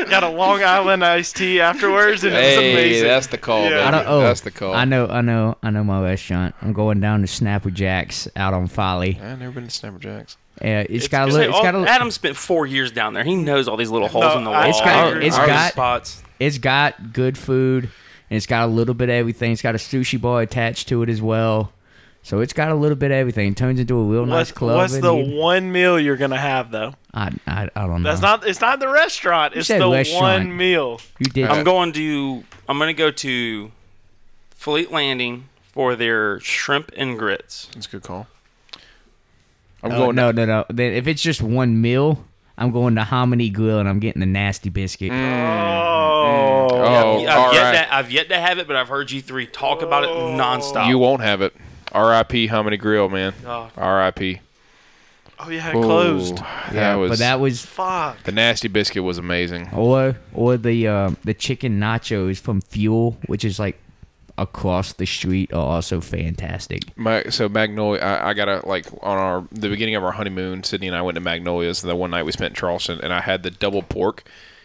S4: Got a Long Island iced tea afterwards, and it was
S3: Hey,
S4: amazing.
S3: that's the call,
S4: Yeah.
S3: baby.
S4: I
S2: I don't. Oh,
S3: that's the call.
S2: I know. I know. I know my restaurant. I'm going down to Snapper Jacks out on Folly.
S3: I've never been to Snapper Jacks.
S2: Uh, it's got a
S1: Just
S2: little.
S1: like,
S2: It's
S1: all-
S2: got a.
S1: Adam spent four years down there. He knows all these little holes in the
S4: I-
S1: wall.
S4: It's
S2: got- it's
S1: all the
S2: got-
S1: spots.
S2: It's got good food and it's got a little bit of everything. It's got a sushi bar attached to it as well. So it's got a little bit of everything. It turns into a real nice
S4: What's,
S2: club.
S4: what's
S2: and
S4: the
S2: you-
S4: one meal you're going to have, though?
S2: I, I, I don't know.
S4: That's not. It's not the restaurant. It's
S2: said
S4: the
S2: restaurant.
S4: one meal.
S2: You did.
S1: I'm going to I'm going to go to Fleet Landing for their shrimp and grits.
S3: That's a good call. I'm
S2: oh,
S3: going.
S2: no, no, no. Then if it's just one meal, I'm going to Hominy Grill and I'm getting the nasty biscuit.
S3: Mm,
S4: Oh,
S3: Oh,
S1: I've,
S3: all
S1: yet
S3: right.
S1: to, I've yet to have it, but I've heard you three talk about it
S4: Oh.
S1: nonstop.
S3: You won't have it. R.I.P. How many grill, man?
S1: Oh.
S3: R.I.P.
S4: oh yeah, it closed.
S3: Ooh, that
S2: Yeah,
S3: was
S2: but that was
S4: Fuck.
S3: the nasty biscuit was amazing.
S2: or or the um the chicken nachos from Fuel, which is like across the street, are also fantastic.
S3: My, so Magnolia, I, I got to like on our the beginning of our honeymoon. Sydney and I went to Magnolia's, and the one night we spent in Charleston, and I had the double pork,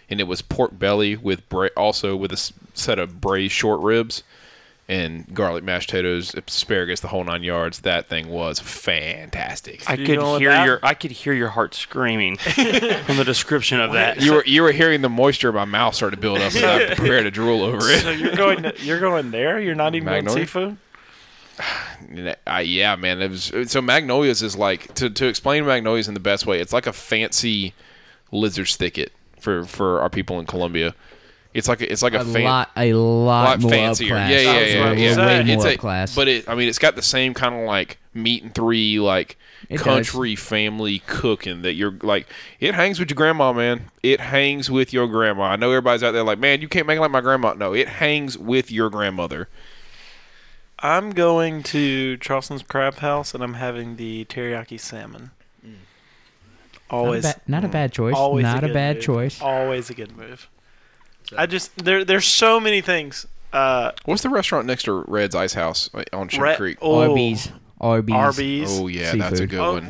S3: and it was pork belly with bra- also with a s- set of braised short ribs, and garlic mashed potatoes, asparagus, the whole nine yards. That thing was fantastic.
S1: I
S4: You
S1: could
S4: going with
S1: hear
S4: that?
S1: your I could hear your heart screaming from the description of that.
S3: you were you were hearing the moisture in my mouth start to build up, and I prepared to drool over it.
S4: So you're going. You're going there. You're not even
S3: Magnolia?
S4: going seafood.
S3: I, yeah, man. It was, so Magnolias is like to, to explain Magnolias in the best way. It's like a fancy lizard's thicket for for our people in Colombia. It's like a, it's like a,
S2: a
S3: fan-
S2: lot, a lot,
S3: lot
S2: more
S3: fancier.
S2: upclass.
S3: Yeah, yeah,
S4: That's
S3: yeah.
S4: what
S3: yeah.
S2: Way
S4: I'm saying.
S2: more
S3: It's a-
S2: upclass.
S3: But it, I mean, it's got the same kind of like meat and three like
S2: It does.
S3: country family cooking that you're like. It hangs with your grandma, man. It hangs with your grandma. I know everybody's out there like, man, you can't make it like my grandma. No, it hangs with your grandmother.
S4: I'm going to Charleston's Crab House and I'm having the teriyaki salmon.
S2: Mm.
S4: Always
S2: not a, ba- not a bad choice.
S4: Always
S2: not a,
S4: good
S2: bad
S4: move.
S2: choice.
S4: Always a good move. I just there there's so many things. Uh,
S3: What's the restaurant next to Red's Ice House like, on Sugar
S4: Rhett-
S3: Creek?
S4: oh,
S2: Arby's, Arby's,
S4: Arby's.
S3: Oh yeah, that's a
S2: Seafood.
S3: good
S4: Oh,
S3: one.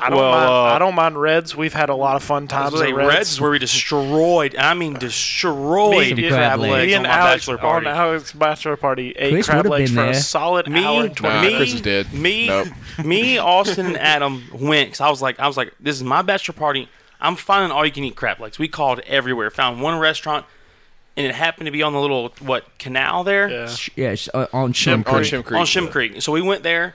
S4: I don't
S1: Well,
S4: mind.
S1: uh,
S4: I don't mind Reds. We've had a lot of
S1: I
S4: fun
S1: was
S4: times
S1: gonna say,
S4: at
S1: Reds.
S4: Reds.
S1: is where we destroyed. I mean, destroyed
S2: Me
S1: crab
S2: and crab legs.
S1: legs
S4: me
S1: on
S4: and
S1: my
S4: Alex
S1: bachelor
S4: on
S1: party.
S4: Alex's bachelor party ate
S2: Chris
S4: crab
S2: would've
S4: legs
S2: been
S4: for a
S2: there.
S4: solid
S1: me,
S4: hour and twenty
S3: Nah,
S4: minutes.
S3: Chris is dead.
S1: Me,
S3: Nope.
S1: me, Austin, and Adam went. 'cause I was like, I was like, this is my bachelor party. I'm finding all you can eat crab legs. We called everywhere. Found one restaurant, and it happened to be on the little what canal there
S4: Yeah.
S2: Sh- yeah, sh- uh, on
S3: Shim-
S2: Shim
S3: on
S2: Creek.
S3: Shim Creek.
S1: on Shim Creek. So we went there.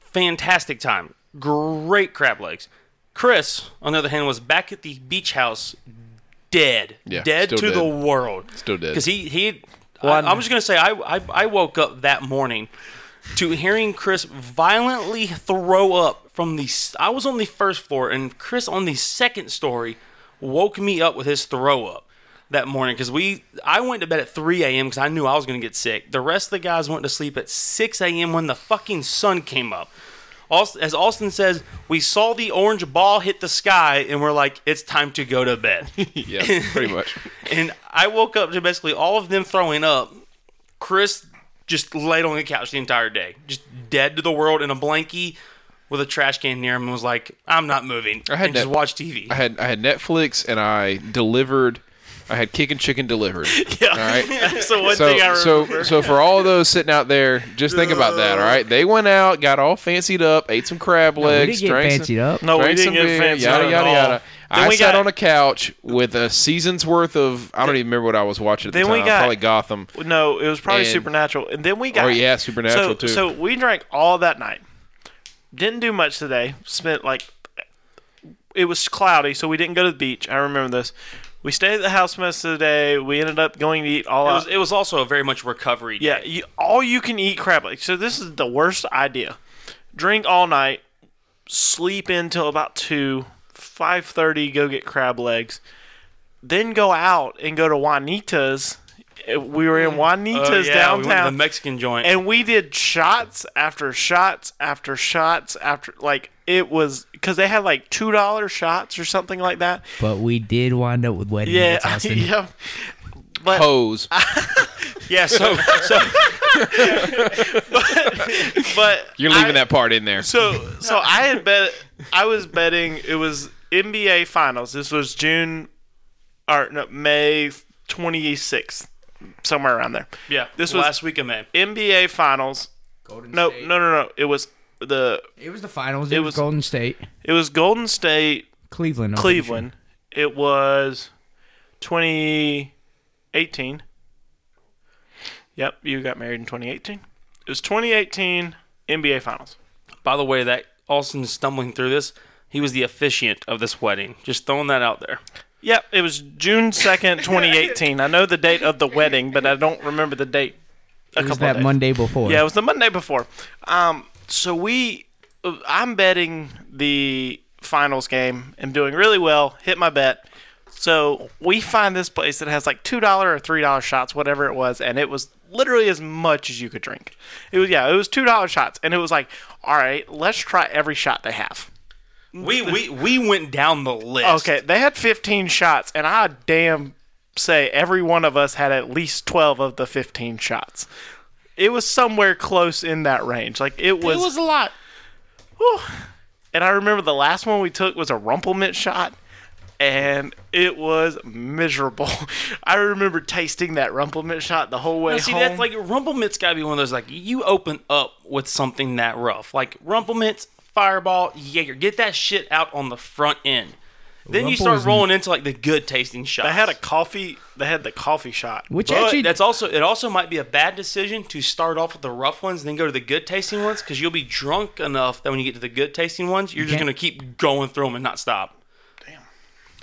S1: Fantastic time. Great crab legs. Chris, on the other hand, was back at the beach house, dead,
S3: Yeah,
S1: dead to
S3: still
S1: the
S3: dead.
S1: world.
S3: Still dead.
S1: Because he he. I, I'm just gonna say I, I I woke up that morning to hearing Chris violently throw up from the. s- I was on the first floor and Chris on the second story woke me up with his throw up that morning because we. I went to bed at 3 a.m. because I knew I was gonna get sick. The rest of the guys went to sleep at 6 a.m. when the fucking sun came up. Aust- As Austin says, we saw the orange ball hit the sky, and we're like, "It's time to go to bed."
S3: yeah, pretty much.
S1: And I woke up to basically all of them throwing up. Chris just laid on the couch the entire day, just dead to the world in a blankie with a trash can near him and was like, I'm not moving.
S3: I had
S1: and
S3: that-
S1: just watch TV.
S3: I had I had Netflix and I delivered. I had kick and chicken delivered.
S1: yeah.
S3: All right.
S1: so one
S3: so,
S1: thing I remember.
S3: so, so for all those sitting out there, just think about that. All right, they went out, got all fancied up, ate some crab
S2: We
S3: legs,
S2: didn't get
S3: drank some-
S2: fancied up.
S4: No, we
S3: drank
S4: didn't
S3: some
S4: get
S3: beer,
S4: fancy.
S3: yada
S4: at
S3: yada
S4: all.
S3: yada.
S4: Then
S3: I
S4: we
S3: sat
S4: got,
S3: on a couch with a season's worth of I don't even remember what I was watching at the
S4: Then we
S3: time.
S4: got-
S3: probably Gotham.
S4: No, it was probably
S3: And-
S4: Supernatural. And then we got
S3: Oh, yeah, Supernatural,
S4: so,
S3: too.
S4: So we drank all that night. Didn't do much today. Spent like it was cloudy, so we didn't go to the beach. I remember this. We stayed at the house most of the day. We ended up going to eat all
S1: it,
S4: out.
S1: was, it was also a very much recovery day.
S4: yeah, you, all you can eat crab legs. So this is the worst idea. Drink all night, sleep until about two, five thirty. Go get crab legs, then go out and go to Juanita's. Eh, We were in Juanita's
S1: Oh, yeah,
S4: downtown
S1: We went to the Mexican joint.
S4: and we did shots after shots after shots after like it was because they had like two dollar shots or something like that.
S2: But we did wind up with wedding
S4: Yeah,
S2: nights, Austin.
S4: yeah, but
S3: Pose.
S1: yeah, so, so
S4: but
S3: You're leaving
S4: I-
S3: that part in there.
S4: So so I had bet I was betting it was NBA Finals. This was June or no, May twenty sixth, somewhere around there.
S1: yeah,
S4: This
S1: this
S4: was-
S1: was last weekend, man.
S4: NBA Finals.
S2: Golden
S4: No, no, no, no. It was the
S2: It was the finals. It, was,
S4: was-
S2: Golden State,
S4: it was Golden State
S2: Cleveland, I'm pretty
S4: Cleveland. It was 2018. Yep, you got married in 2018. It was 2018 NBA Finals.
S1: By the way, that Austin's stumbling through this. He was the officiant of this wedding. Just throwing that out there.
S4: Yep, it was June 2nd, 2018. I know the date of the wedding, but I don't remember the date. A
S2: Sure. It was
S4: couple of
S2: that
S4: days.
S2: Monday before.
S4: Yeah, it was the Monday before. Um, so we, I'm betting the finals game. I'm doing really well. Hit my bet. So we find this place that has like two dollar or three dollar shots, whatever it was, and it was literally as much as you could drink. It was yeah, it was two dollar shots, and it was like, all right, let's try every shot they have.
S1: We we, we went down the list.
S4: Okay, they had 15 shots, and I damn say every one of us had at least 12 of the 15 shots. It was somewhere close in that range. Like it was.
S1: a lot.
S4: and I remember the last one we took was a rumplemint shot, and it was miserable. I remember tasting that rumplemint shot the whole way
S1: see,
S4: home.
S1: that's like Rumplement's got to be one of those like you open up with something that rough, like Rumplement's Fireball Jaeger. Get that shit out on the front end. Then you start
S2: Rumpel's-
S1: rolling into like the good tasting shots.
S4: They had a coffee. They had the coffee shot.
S2: Which
S1: But
S2: actually,
S1: that's also it. Also, might be a bad decision to start off with the rough ones, then go to the good tasting ones, because you'll be drunk enough that when you get to the good tasting ones, you're just
S2: can't-
S1: gonna keep going through them and not stop.
S4: Damn.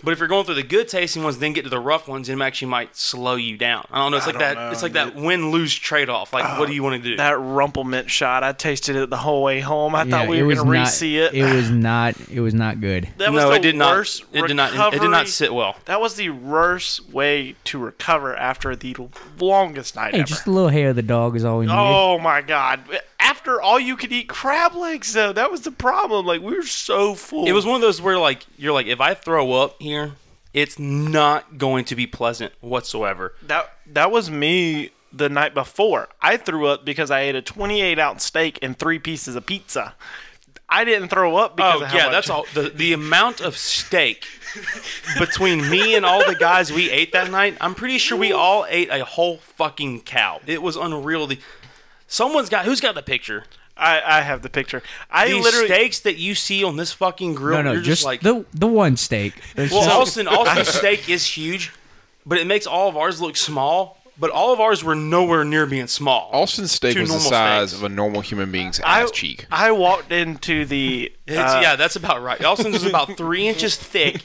S1: But if you're going through the good tasting ones, then get to the rough ones, it actually might slow you down. I don't know. It's like that.
S4: don't know,
S1: It's like that win lose trade off. Like, what do you want to do?
S4: That rumple mint shot. I tasted it the whole way home. I
S2: yeah,
S4: thought we were
S2: it was
S4: gonna
S2: not-
S4: re-see it.
S2: It was not. It was not good.
S4: that was
S1: no,
S4: the
S1: it did not.
S4: worst
S1: It did not. It did
S4: recovery-
S1: not sit well.
S4: That was the worst way to recover after the l- longest night
S2: Hey,
S4: ever.
S2: just a little hair of the dog is all we need.
S4: Oh my god! After all, you could eat crab legs though. That was the problem. Like we were so full.
S1: It was one of those where like you're like, if I throw up here, it's not going to be pleasant whatsoever.
S4: that. That was me the night before. I threw up because I ate a 28 ounce steak and three pieces of pizza. I didn't throw up because
S1: Oh
S4: of how
S1: yeah,
S4: much-
S1: that's all. The the amount of steak between me and all the guys we ate that night, I'm pretty sure we all ate a whole fucking cow. It was unreal. The, someone's got who's got the picture.
S4: I, I have the picture. I
S1: These
S4: literally
S1: steaks that you see on this fucking grill,
S2: no, no,
S1: you're
S2: just,
S1: just, like.
S2: the the one steak. There's
S1: well,
S2: just-
S1: Austin, Austin's steak is huge, but it makes all of ours look small. But all of ours were nowhere near being small.
S3: Austin's steak
S1: Two
S3: was the
S1: normal
S3: size
S1: steaks.
S3: of a normal human being's
S4: I,
S3: ass cheek.
S4: I walked into the
S1: It's,
S4: uh,
S1: yeah, that's about right. Austin's is about three inches thick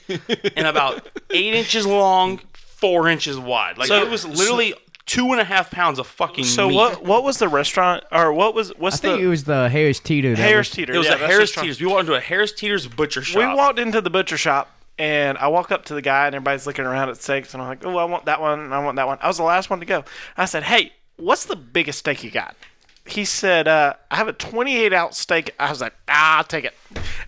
S1: and about eight inches long, four inches wide. Like
S4: So-
S1: it was literally two and a half pounds of fucking.
S4: So
S1: meat.
S4: what? What was the restaurant or what was
S2: I
S4: what's
S2: think
S4: the
S2: it was the Harris Teeter. that
S4: Harris
S2: was-
S4: Teeter?
S1: It was
S4: yeah,
S1: a
S4: that's
S1: Harris
S4: restaurant.
S1: Teeter's. We walked into a Harris Teeter's butcher shop.
S4: We walked into the butcher shop and I walk up to the guy and everybody's looking around at steaks and I'm like, oh, I want that one and I want that one. I was the last one to go. I said, hey, what's the biggest steak you got? He said, uh, I have a 28 ounce steak. I was like, ah, I'll take it.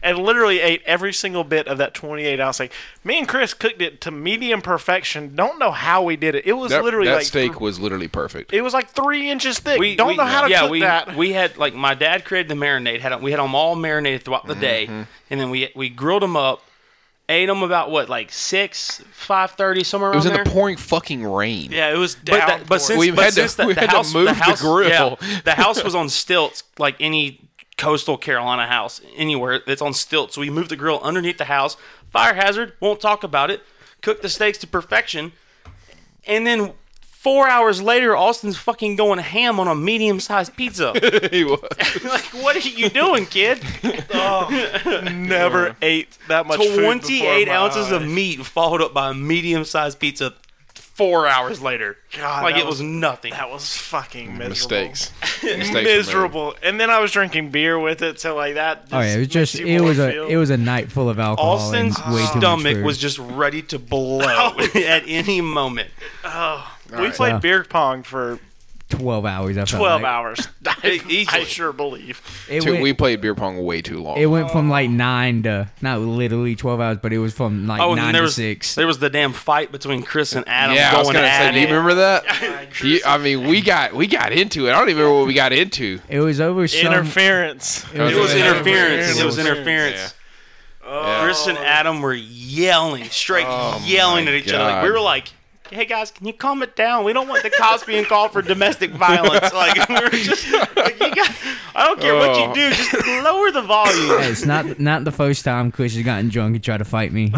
S4: And literally ate every single bit of that 28 ounce steak. Me and Chris cooked it to medium perfection. Don't know how we did it. It was
S3: That,
S4: literally
S3: that
S4: like
S3: steak
S4: th-
S3: was literally perfect.
S4: it was like three inches thick. Don't know how to
S1: yeah,
S4: cook
S1: we,
S4: that.
S1: We had like my dad created the marinade. Had we had them all marinated throughout the day,
S4: Mm-hmm.
S1: and then we we grilled them up, ate them about what like six, five thirty somewhere
S3: It was
S1: around
S3: in
S1: there.
S3: the pouring fucking rain.
S4: yeah, it was
S1: But,
S4: down.
S1: that, but since,
S3: We
S1: but
S3: had to-
S1: since the,
S3: we
S1: the
S3: had to
S1: house,
S3: move
S1: the
S3: the
S1: house,
S3: grill.
S1: yeah, the house was on stilts, like any coastal Carolina house anywhere that's on stilts. So we moved the grill underneath the house. Fire hazard. Won't talk about it. Cooked the steaks to perfection, and then four hours later, Austin's fucking going ham on a medium-sized pizza.
S3: He was.
S1: like, what are you doing, kid?
S4: never ate that much. food before in
S1: Twenty-eight
S4: my
S1: ounces of
S4: life.
S1: meat followed up by a medium-sized pizza. Four hours later,
S4: God,
S1: like
S4: that
S1: it was,
S4: was-
S1: nothing.
S4: That was fucking miserable.
S3: Mistakes. Mistakes were made.
S4: Miserable. And then I was drinking beer with it, so like that. Just
S2: Oh yeah, it was
S4: makes
S2: just
S4: you
S2: it
S4: more
S2: was a
S4: feel-
S2: it was a night full of alcohol.
S1: Austin's
S2: and way too much
S1: stomach
S2: food.
S1: was just ready to blow at any moment.
S4: Oh, we played
S2: Yeah.
S4: beer pong for
S2: twelve hours. I felt
S4: twelve
S2: like.
S4: hours. I,
S1: Easily.
S4: I sure believe.
S2: It
S3: Dude,
S2: went,
S3: we played beer pong way too long.
S2: it went from like nine to not literally twelve hours, but it was from like
S1: Oh,
S2: nine
S1: and then there
S2: to
S1: was
S2: six.
S1: there was the damn fight between Chris and Adam
S3: yeah, I was
S1: going
S3: gonna
S1: at
S3: say, do you
S1: it.
S3: remember that? You- I mean, we got we got into it. I don't even remember what we got into.
S2: it was over some.
S4: Interference.
S2: It was
S1: It was
S3: Yeah.
S1: interference.
S2: Yeah.
S1: It was interference.
S3: Yeah.
S1: Uh,
S3: Oh
S1: Chris and Adam were yelling, straight yelling
S3: my
S1: at each other. Like, we
S3: God.
S1: were like, "Hey guys, can you calm it down? We don't want the cops being called for domestic violence." Like we were just, like, you guys, I don't care what you
S3: Oh.
S1: do, just lower the volume.
S2: Hey, it's not not the first time Chris has gotten drunk and tried to fight me.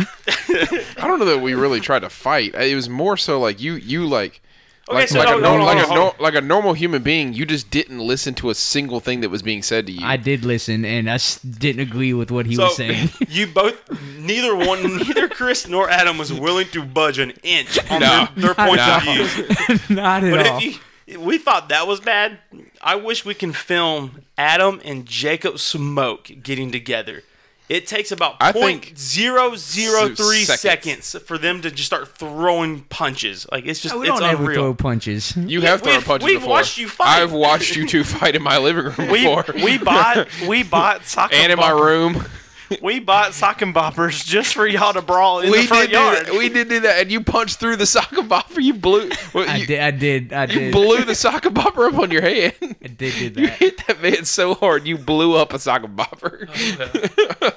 S3: I don't know that we really tried to fight. It was more so like you you like like,
S1: so
S3: like,
S1: no,
S3: a,
S1: no,
S3: norm-
S1: no,
S3: like,
S1: no,
S3: a
S1: no.
S3: nor- like a normal human being, you just didn't listen to a single thing that was being said to you.
S2: I did listen, and I s- didn't agree with what he was saying.
S1: you both, neither one, neither Chris nor Adam was willing to budge an inch on
S3: No.
S1: their, their points of
S3: No.
S1: view.
S2: not at
S1: But
S2: all.
S1: if you, we thought that was bad, I wish we can film Adam and Jacob Smoke getting together. It takes about
S3: I
S1: point
S3: think-
S1: zero zero three
S3: Seconds.
S1: seconds. for them to just start throwing punches. Like it's just
S2: Oh, we
S1: it's
S2: don't ever
S1: unreal.
S2: throw punches.
S3: you have thrown
S1: we've-
S3: punches
S1: we've
S3: before.
S1: watched you fight.
S3: I've watched you two fight in my living room
S4: We,
S3: before,
S4: we bought we bought sock
S3: and in my room.
S4: we bought sock and boppers just for y'all to brawl in
S3: We
S4: the front
S3: did do
S4: yard.
S3: that. We did do that, and you punched through the sock and bopper. You blew. well,
S2: I
S3: you,
S2: did. I did. I
S3: you
S2: did.
S3: blew the sock and bopper up on your head.
S2: I did do
S3: You
S2: that.
S1: Oh,
S3: hit that man so hard, you blew up a sock and bopper.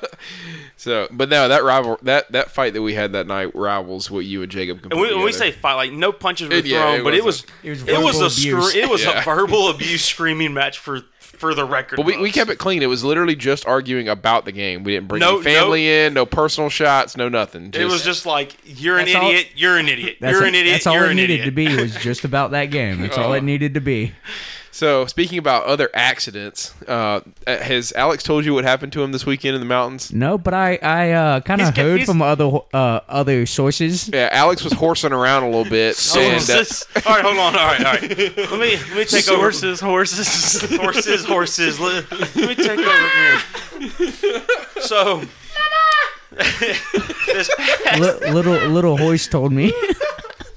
S3: So, but no, that rival that that fight that we had that night rivals what you and Jacob.
S1: And
S3: completely
S1: we, when we
S3: together.
S1: say fight, like no punches were
S3: It-
S1: thrown,
S3: yeah, it
S1: but it was
S3: wasn't.
S2: It was
S1: it was
S2: verbal
S1: a scre-
S2: abuse.
S1: it was
S3: Yeah.
S1: a verbal abuse screaming match for for the record.
S3: But we, we
S1: books.
S3: kept it clean. It was literally just arguing about the game. We didn't bring
S1: No-
S3: any family in, no personal shots, no nothing.
S1: It was just like you're an
S2: That's all-
S1: idiot. You're an idiot.
S2: That's
S1: You're
S2: it-
S1: an idiot.
S2: That's all
S1: you're
S2: it
S1: an
S2: needed
S1: idiot.
S2: to be was just about that game. That's
S3: Oh.
S2: all it needed to be.
S3: so. Speaking about other accidents, uh, has Alex told you what happened to him this weekend in the mountains?
S2: No, but I I uh, kind
S1: He's
S2: of
S1: ca-
S2: heard
S1: he's-
S2: from other ho- uh, other sources.
S3: Yeah, Alex was horsing around a little bit. and, uh,
S1: Sources. all right, hold on. All right, all right. Let me let me take over.
S4: Sources, horses.
S1: Horses, horses. Let, let me take over here. So this past,
S2: Li- little little horse told me.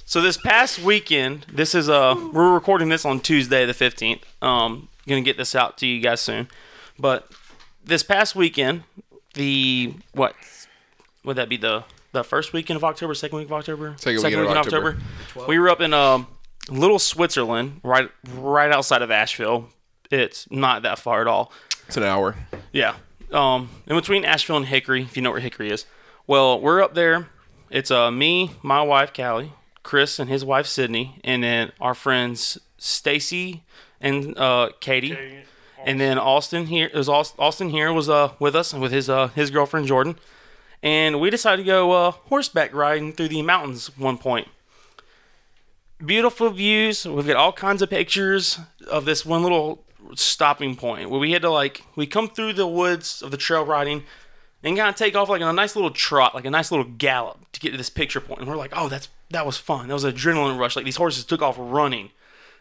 S1: so this past weekend, this is uh we're recording this on Tuesday the fifteenth. Um, gonna get this out to you guys soon, but this past weekend, the what would that be the the first weekend of October, second week of October,
S3: Second
S1: week
S3: weekend of October.
S1: We were up in um, little Switzerland, right right outside of Asheville. It's not that far at all.
S3: it's an hour.
S1: Yeah. Um, in between Asheville and Hickory, if you know where Hickory is. Well, we're up there. It's uh me, my wife Callie, Chris and his wife Sydney, and then our friends Stacy and uh Katie. And then Austin here it was Aus- Austin here was uh with us with his uh his girlfriend Jordan. And we decided to go uh horseback riding through the mountains one point. Beautiful views. We've got all kinds of pictures of this one little stopping point where we had to like we come through the woods of the trail riding and kind of take off like on a nice little trot, like a nice little gallop to get to this picture point. And we're like, oh, that's that was fun. That was an adrenaline rush. Like these horses took off running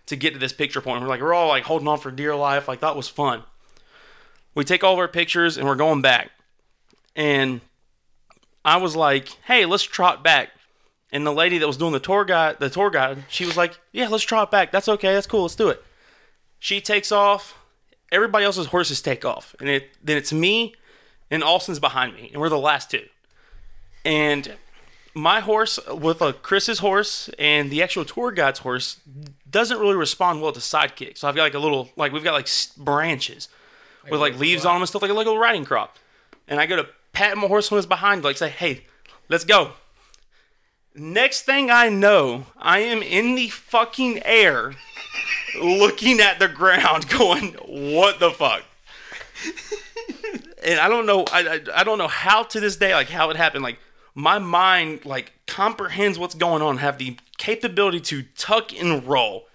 S1: to get to this picture point. And we're like, we're all like holding on for dear life. Like that was fun. We take all of our pictures and we're going back. And I was like, hey, let's trot back. And the lady that was doing the tour guide, the tour guide, she was like, yeah, let's trot back. That's okay. That's cool. Let's do it. She takes off. Everybody else's horses take off, and it, then it's me and Austin's behind me, and we're the last two. And my horse with a Chris's horse and the actual tour guide's horse doesn't really respond well to sidekick. So I've got like a little like we've got like s- branches with like leaves on them and stuff like a little riding crop. And I go to pat my horse when it's behind, like say, "Hey, let's go." Next thing I know, I am in the fucking air, looking at the ground, going, "What the fuck?" and I don't know, I, I I don't know how to this day, like how it happened. Like my mind, like comprehends what's going on, have the capability to tuck and roll,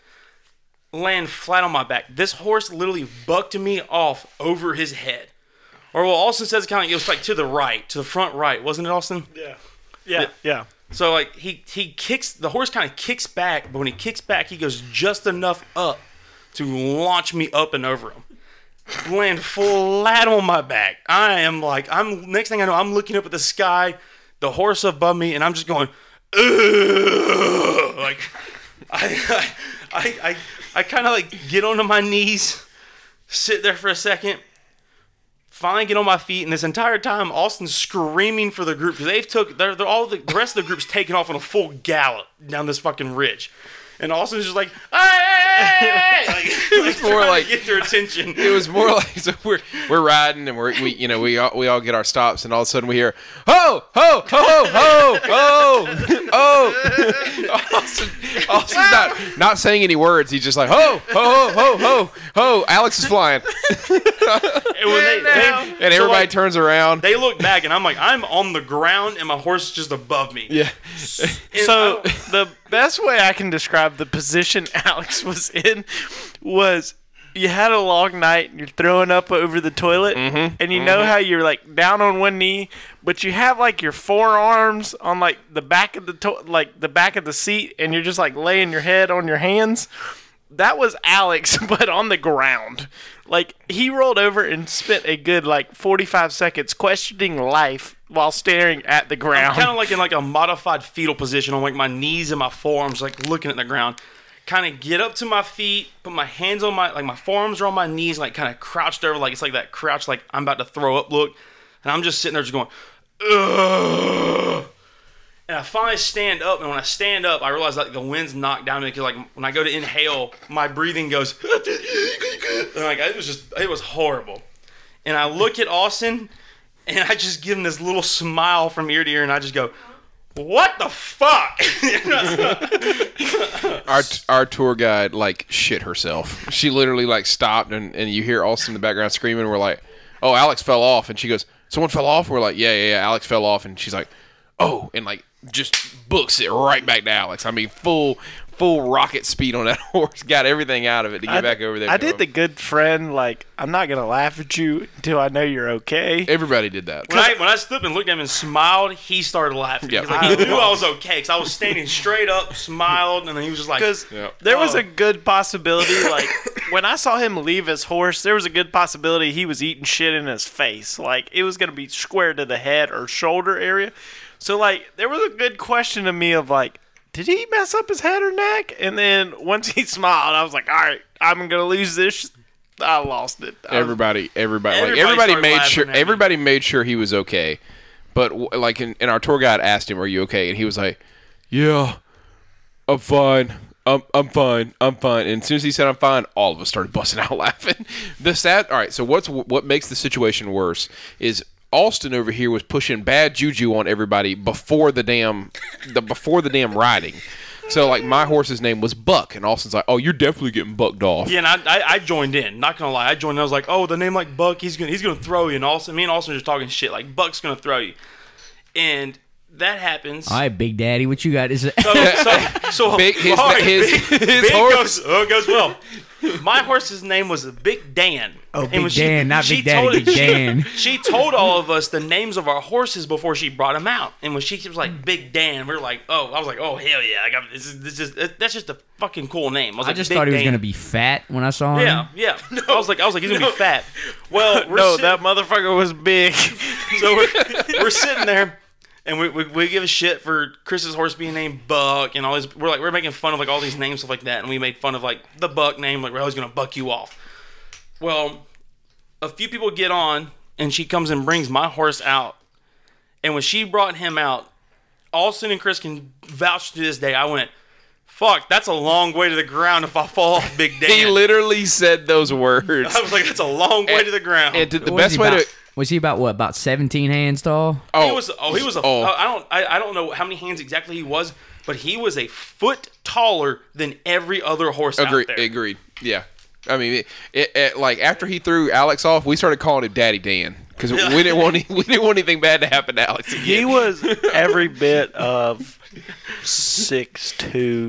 S1: land flat on my back. This horse literally bucked me off over his head. Or well, Austin says kind of it was like to the right, to the front right, wasn't it, Austin?
S4: yeah. Yeah. Yeah.
S1: So like he he kicks the horse kind of kicks back, but when he kicks back, he goes just enough up to launch me up and over him. Land flat on my back. I am like I'm next thing I know, I'm looking up at the sky, the horse above me, and I'm just going, Ugh! like I I I I, I kind of like get onto my knees, sit there for a second, finally get on my feet, and this entire time Austin's screaming for the group because they've took they're, they're all the, the rest of the group's taking off on a full gallop down this fucking ridge, and Austin's just like, hey, hey, hey, hey," like, like
S3: more
S1: trying to
S3: like-
S1: get their attention.
S3: It was more like so we're we're riding and we're we you know we all, we all get our stops and all of a sudden we hear ho ho ho ho ho ho oh Austin, Austin's not not saying any words he's just like ho ho ho ho ho ho Alex is flying
S1: And, when they, they- so,
S3: and everybody
S1: like,
S3: turns around
S1: They look back and I'm like, I'm on the ground and my horse is just above me.
S3: yeah
S1: And
S4: So
S1: I-
S4: the best way I can describe the position Alex was in was you had a long night and you're throwing up over the toilet and you know how you're like down on one knee but you have like your forearms on like the back of the to- like the back of the seat and you're just like laying your head on your hands that was Alex but on the ground like he rolled over and spent a good like 45 seconds questioning life while staring at the ground
S1: kind of like in like a modified fetal position on like my knees and my forearms, like looking at the ground. Kind of get up to my feet, put my hands on my like my forearms are on my knees, like kind of crouched over, like it's like that crouch, like I'm about to throw up look, and I'm just sitting there just going, Ugh. and I finally stand up, and when I stand up, I realize like the wind's knocked down me because like when I go to inhale, my breathing goes, and like it was just it was horrible, and I look at Austin, and I just give him this little smile from ear to ear, and I just go, "What the fuck?"
S3: our our tour guide like shit herself. She literally like stopped and, and you hear Austin in the background screaming. We're like, oh, Alex fell off, and she goes, someone fell off. We're like, yeah, yeah, yeah, Alex fell off, and she's like, oh, and like just books it right back to Alex. I mean, full full rocket speed on that horse, got everything out of it to get
S4: I,
S3: back over there.
S4: I
S3: to
S4: did
S3: him.
S4: the good friend. Like I'm not gonna laugh at you until I know you're okay.
S3: Everybody did that.
S1: when I when I stood up and looked at him and smiled, he started laughing.
S3: Yeah.
S1: He's Like, he knew I was okay because I was standing straight up, smiled, and then he was just like,
S4: because
S3: Yeah.
S4: there was
S1: Oh.
S4: a good possibility like when i saw him leave his horse there was a good possibility he was eating shit in his face like it was gonna be square to the head or shoulder area so like there was a good question to me of like did he mess up his head or neck and then once he smiled i was like all right i'm gonna lose this i lost it I was-
S3: Everybody, everybody,
S1: Everybody
S3: like everybody
S1: started
S3: made
S1: laughing
S3: sure.
S1: at me.
S3: Everybody made sure he was okay. But w- like, in, and our tour guide asked him, "Are you okay?" And he was like, "Yeah, I'm fine. I'm I'm fine. I'm fine." And as soon as he said, "I'm fine," all of us started busting out laughing. The sad. All right. So what's what makes the situation worse is. Austin over here was pushing bad juju on everybody before the damn, the before the damn riding. So like my horse's name was Buck, and Austin's like, "Oh, you're definitely getting bucked off."
S1: Yeah, and I, I, I joined in. Not gonna lie, I joined. in. I was like, oh, the name like Buck, he's gonna he's gonna throw you. And Austin, me and Austin are just talking shit. Like Buck's gonna throw you, and that happens.
S2: All right, Big Daddy, what you got? Is it?
S1: So, so, so
S3: Big- his-
S1: all
S3: his-
S1: Big,
S3: his
S1: Big
S3: horse.
S1: Goes, oh, it goes well. My horse's name was Big Dan.
S2: Oh,
S1: And
S2: Big
S1: when
S2: Dan, not Big Daddy,
S1: told-
S2: Big
S1: she-
S2: Dan.
S1: She, told all of us the names of our horses before she brought them out, and when she was like Big Dan, we were like, oh, I was like, oh hell yeah, I got this. Is, this is that's just a fucking cool name. I, was
S2: I
S1: like,
S2: just
S1: Big
S2: thought he was
S1: Dan.
S2: gonna be fat when I saw him.
S1: Yeah, yeah. I was like, I was like, he's gonna be fat. Well, we're
S4: no
S1: sitting-
S4: that motherfucker was big
S1: so we're, we're sitting there, and we, we, we give a shit for Chris's horse being named Buck, and all these. We're like we're making fun of like all these names stuff like that, and we made fun of like the Buck name, like we're always gonna buck you off. Well, a few people get on, and she comes and brings my horse out, and when she brought him out, Austin and Chris can vouch to this day. I went. Fuck, that's a long way to the ground if I fall off Big
S3: He
S1: Dan.
S3: literally said those words.
S1: I was like, that's a long way to the ground.
S3: And to- the
S2: Oh, What was
S3: best
S2: he
S3: way
S2: about-
S3: to
S2: Was he about what? About 17 hands tall?
S3: oh
S1: he was oh he was a
S3: oh.
S1: I don't I, I don't know how many hands exactly he was, but he was a foot taller than every other horse
S3: agree,
S1: out there.
S3: agreed yeah. I mean, it, it, it- like after he threw Alex off, we started calling him Daddy Dan because we didn't want any, we didn't want anything bad to happen to Alex again.
S4: he was every bit of six two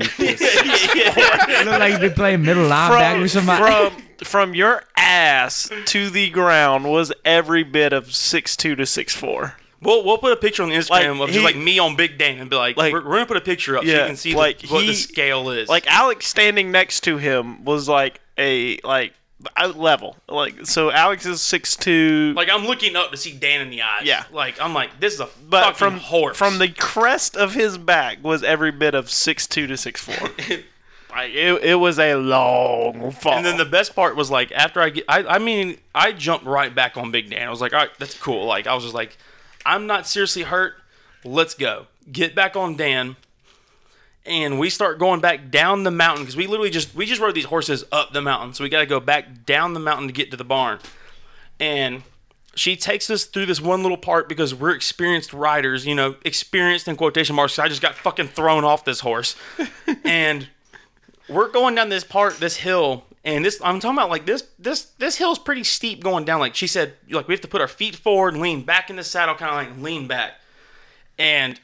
S2: It looked like he'd been playing middle linebacker
S4: from,
S2: with uh, somebody.
S4: from from your ass to the ground was every bit of six two to six four.
S1: We'll we'll put a picture on Instagram
S4: Like,
S1: of just
S4: he-
S1: like me on Big Dan and be like,
S4: Like-
S1: we're, we're gonna put a picture up so
S4: Yeah,
S1: you can see
S4: like,
S1: the, what the
S4: he-
S1: scale is.
S4: Like Alex standing next to him was like a like a level. Like so Alex is six two.
S1: like I'm looking up to see Dan in the eyes.
S4: Yeah.
S1: Like I'm like, this is a
S4: but
S1: fucking
S4: from
S1: horse.
S4: from the crest of his back was every bit of six two to six four. like it, it was a long fall.
S1: and then the best part was like after I get, I, I mean, I jumped right back on Big Dan. I was like, all right, that's cool. Like I was just like, I'm not seriously hurt. Let's go. Get back on Dan, and we start going back down the mountain because we literally just we just rode these horses up the mountain, so we got to go back down the mountain to get to the barn. And she takes us through this one little part because we're experienced riders, you know, experienced in quotation marks. 'cause I just got fucking thrown off this horse, and we're going down this part, this hill, and this I'm talking about like this this this hill's pretty steep going down. Like she said, like we have to put our feet forward, lean back in the saddle, kind of like lean back. And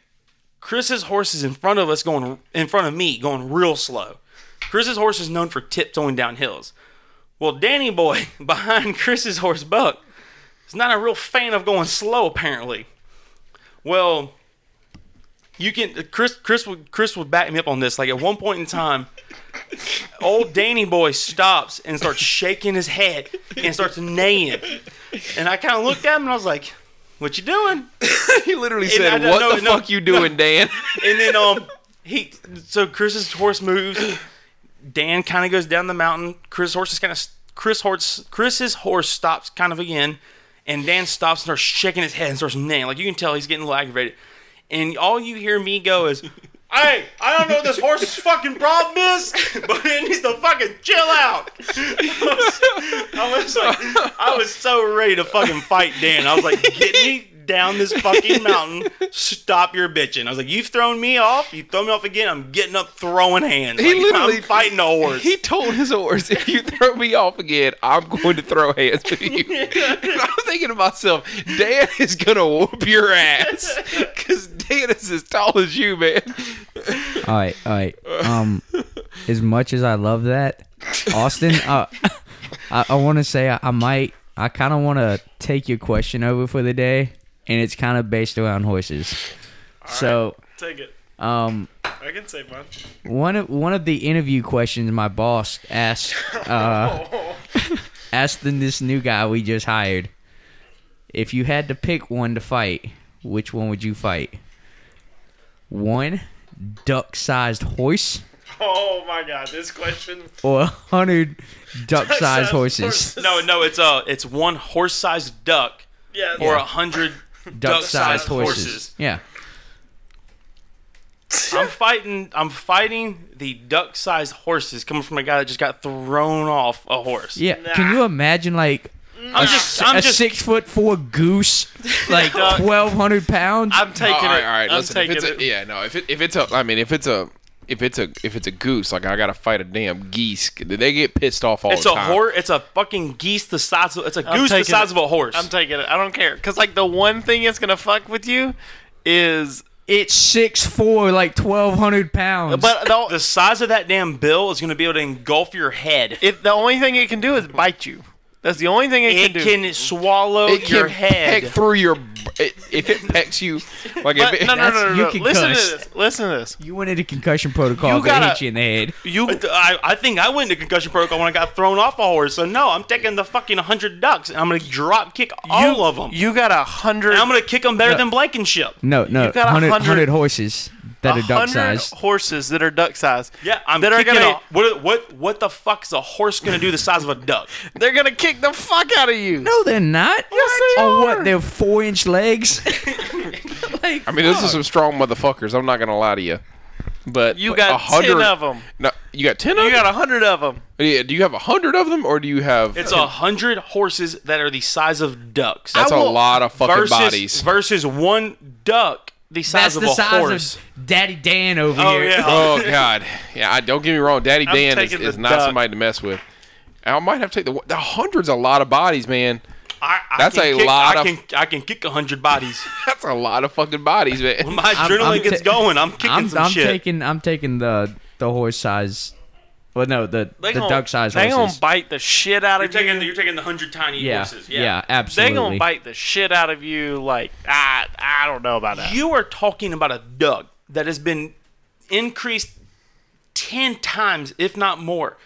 S1: Chris's horse is in front of us, going in front of me, going real slow. Chris's horse is known for tiptoeing down hills. Well, Danny Boy behind Chris's horse Buck is not a real fan of going slow, apparently. Well, you can Chris Chris would Chris would back me up on this. Like at one point in time, old Danny boy stops and starts shaking his head and starts neighing. And I kind of looked at him and I was like, "What you doing?"
S3: he literally
S1: And I
S3: said,
S1: don't
S3: "What
S1: know-
S3: the
S1: no,
S3: fuck you doing, Dan?"
S1: And then um he so Chris's horse moves. Dan kind of goes down the mountain. Chris horse is kind of Chris horse Chris's horse stops kind of again, and Dan stops and starts shaking his head and starts neighing. Like you can tell he's getting a little aggravated. And all you hear me go is, "Hey, I don't know what this horse's fucking problem is, but it needs to fucking chill out." I was, I was like, I I was so ready to fucking fight Dan. I was like, get me down this fucking mountain. Stop your bitching. I was like, you've thrown me off. You throw me off again. I'm getting up, throwing hands.
S3: He
S1: Like,
S3: literally-
S1: I'm fighting a horse.
S3: He told his horse, if you throw me off again, I'm going to throw hands with you. And I'm thinking to myself, Dan is going to whoop your ass. Because Dan is as tall as you, man.
S2: All right, all right. Um, as much as I love that, Austin, uh, I, I want to say I, I might, I kind of want to take your question over for the day, and it's kind of based around horses. so,
S4: Take it.
S2: um,
S4: I can say mine.
S2: one of one of the interview questions my boss asked uh, asked then this new guy we just hired if you had to pick one to fight which one would you fight one duck-sized horse
S4: Oh my god, this question.
S2: or a hundred duck-sized horses
S1: no, no, it's uh, it's one horse-sized duck
S4: Yeah.
S1: or a hundred duck-sized horses.
S2: yeah
S1: I'm fighting. I'm fighting the duck-sized horses coming from a guy that just got thrown off a horse.
S2: yeah can you imagine like
S1: I'm just. I'm
S2: a
S1: just.
S2: six foot four goose like
S1: Duck.
S2: 1200 pounds
S1: I'm taking
S3: Oh, all right,
S1: it.
S3: all right.
S1: I'm
S3: Listen, if
S1: taking
S3: it's
S1: it.
S3: a, yeah, no. If it, if it's a, I mean, if it's a, if it's a, if it's a goose, like I gotta fight a damn geese. They get pissed off all
S1: It's
S3: the
S1: a
S3: time.
S1: horse. It's a fucking geese the size of. It's a
S4: I'm
S1: goose the
S4: taking
S1: size
S4: it.
S1: of a horse.
S4: I'm taking it. I don't care. Cause like the one thing that's gonna fuck with you is
S2: it's six four like 1200 pounds
S4: but the,
S1: the size of that damn bill is going to be able to engulf your head. It,
S4: it, the only thing it can do is bite you. That's the only thing it,
S1: can,
S4: can do.
S1: swallow
S3: It
S1: your
S3: can
S1: head.
S3: peck through your. It, if it pecks you, like if
S4: But,
S3: it,
S4: no, no, no,
S2: That's-
S4: no,
S2: you
S4: no.
S2: can
S4: Listen
S2: cuss.
S4: to this. Listen to this.
S2: you went into concussion protocol
S4: You
S2: they hit
S4: gotta-
S2: you in the head
S1: you, I, I think I went into concussion protocol when I got thrown off a horse. So no, I'm taking the fucking hundred ducks and I'm gonna drop kick all
S4: you,
S1: of them.
S4: You got a hundred.
S1: and I'm gonna kick them better
S2: Yeah.
S1: than Blankenship.
S2: No, no,
S4: got a
S2: 100,
S4: hundred-
S2: 100 horses that are duck
S4: 100
S2: sized.
S4: horses that are duck sized.
S1: Yeah, I'm
S4: that are
S1: kicking
S4: gonna
S1: a- what what what the fuck's a horse gonna do the size of a duck?
S4: they're gonna kick the fuck out of you.
S2: No, they're not.
S4: Yes, they
S2: or
S4: are.
S2: what? They're four inch legs. like,
S3: I mean, those are some strong motherfuckers. I'm not gonna lie to you. But
S4: You
S3: but
S4: got
S3: a hundred
S4: 10 of 'em.
S3: No, you got ten of
S4: You
S3: them.
S4: got a hundred of them.
S3: yeah, do you have a hundred of them, or do you have?
S1: It's a hundred horses that are the size of ducks.
S3: that's
S4: I
S3: a
S4: will-
S3: lot of fucking
S1: versus,
S3: bodies.
S1: versus one duck the size
S2: that's
S1: of
S2: the
S1: a
S2: size
S1: horse.
S2: of Daddy Dan over
S1: Oh
S2: here.
S1: yeah.
S3: oh God, yeah. I, don't get me wrong, Daddy
S4: I'm
S3: Dan is,
S4: taking
S3: is
S4: the
S3: not
S4: duck.
S3: somebody to mess with. I might have to take the the hundreds. A lot of bodies, man.
S1: I, I
S3: That's
S1: can
S3: a
S1: kick,
S3: lot
S1: I
S3: of-
S1: can I can kick a hundred bodies.
S3: That's a lot of fucking bodies,
S1: When
S3: man.
S1: my adrenaline
S2: I'm ta-
S1: gets going, I'm kicking
S2: I'm,
S1: some
S2: I'm
S1: shit.
S2: taking, I'm taking the the horse size. Well, no, the
S4: They
S2: the
S4: gonna-
S2: duck sized
S4: They
S2: horses.
S4: gonna bite the shit out
S1: you're
S4: of
S1: taking the,
S4: you.
S1: you're taking the hundred tiny
S2: yeah,
S1: horses.
S2: yeah,
S1: Yeah.
S4: They
S2: Uh, absolutely.
S4: gonna bite the shit out of you. Like I, I don't know about that.
S1: You are talking about a duck that has been increased ten times, if not more.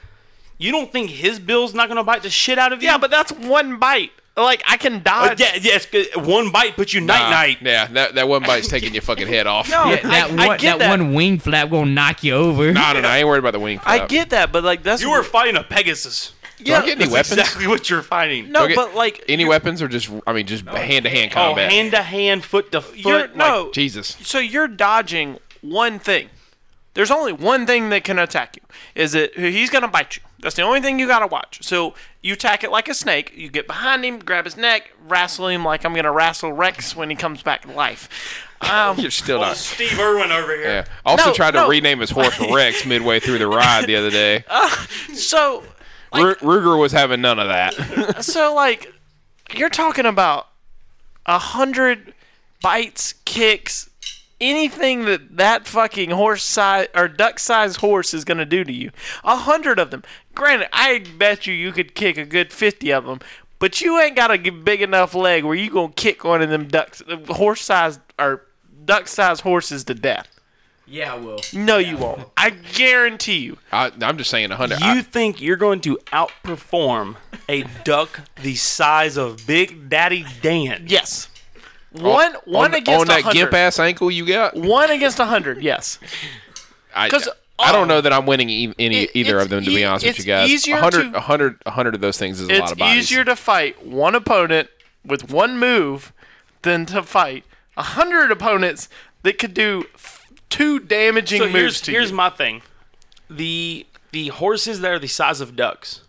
S1: You don't think his bill's not gonna bite the shit out of you?
S4: yeah, but that's one bite. Like I can
S1: Uh,
S4: dodge.
S1: yeah, yeah, it's good. one bite puts you
S3: Nah,
S1: night night.
S3: Uh, Yeah, that, that one bite's taking your fucking head off.
S4: No,
S2: Yeah, that
S4: I,
S2: one,
S4: I get that.
S2: one wing flap gonna knock you over.
S3: I don't know. I ain't worried about the wing.
S4: I
S3: flap.
S4: get that, but like that's
S1: You were fighting a Pegasus.
S3: Do I get any
S1: That's
S3: weapons?
S1: exactly what you're fighting.
S4: no,
S3: Do I get
S4: but like
S3: any weapons or just I mean just hand to hand
S1: oh,
S3: combat.
S1: hand to hand, foot to foot.
S4: you're
S1: like-
S4: no.
S3: Jesus.
S4: so you're dodging one thing. There's only one thing that can attack you. Is it he's gonna bite you? That's the only thing you gotta watch. So you attack it like a snake. You get behind him, grab his neck, wrestle him like I'm gonna wrestle Rex when he comes back to life. Um,
S3: You're still
S1: Oh,
S3: not.
S1: Steve Irwin over here.
S3: Yeah. Also
S4: No,
S3: tried to
S4: no.
S3: rename his horse Rex midway through the ride the other day.
S4: so
S3: Ru- Ruger was having none of that.
S4: so like you're talking about a hundred bites, kicks, anything that that fucking horse size or duck sized horse is gonna do to you. A hundred of them. Granted, I bet you you could kick a good fifty of them, but you ain't got a g- big enough leg where you gonna kick one of them ducks, horse sized or duck sized horses to death.
S2: Yeah, I will.
S4: No, you won't. I guarantee you.
S3: I, I'm just saying 100.
S1: You think you're going to outperform a duck the size of Big Daddy Dan?
S4: Yes. One, one
S3: on,
S4: against
S3: on that
S4: 100.
S3: gimp ass ankle you got.
S4: One against a hundred. Yes.
S3: I,
S4: 'Cause,
S3: I
S4: oh,
S3: don't know that I'm winning e- any
S4: it-
S3: either
S4: it's
S3: of them to
S4: e-
S3: be honest with
S4: it's
S3: you guys.
S4: easier
S3: 100,
S4: to-
S3: 100, 100 of those things is a lot
S4: it's
S3: of bodies.
S4: easier to fight one opponent with one move than to fight a hundred opponents that could do f- two damaging
S1: So
S4: moves
S1: here's,
S4: to
S1: here's
S4: you.
S1: my thing. The the horses that are the size of ducks.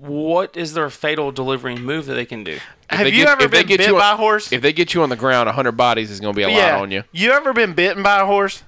S1: what is their fatal delivery move that they can do?
S4: Have
S3: they
S4: you
S3: get-
S4: ever
S3: if they
S4: been
S3: get
S4: bit
S3: you on-
S4: by a horse? Oh,
S3: If they get you on the ground, hundred bodies is going to be a
S4: yeah.
S3: lot on you.
S4: You ever been bitten by a horse?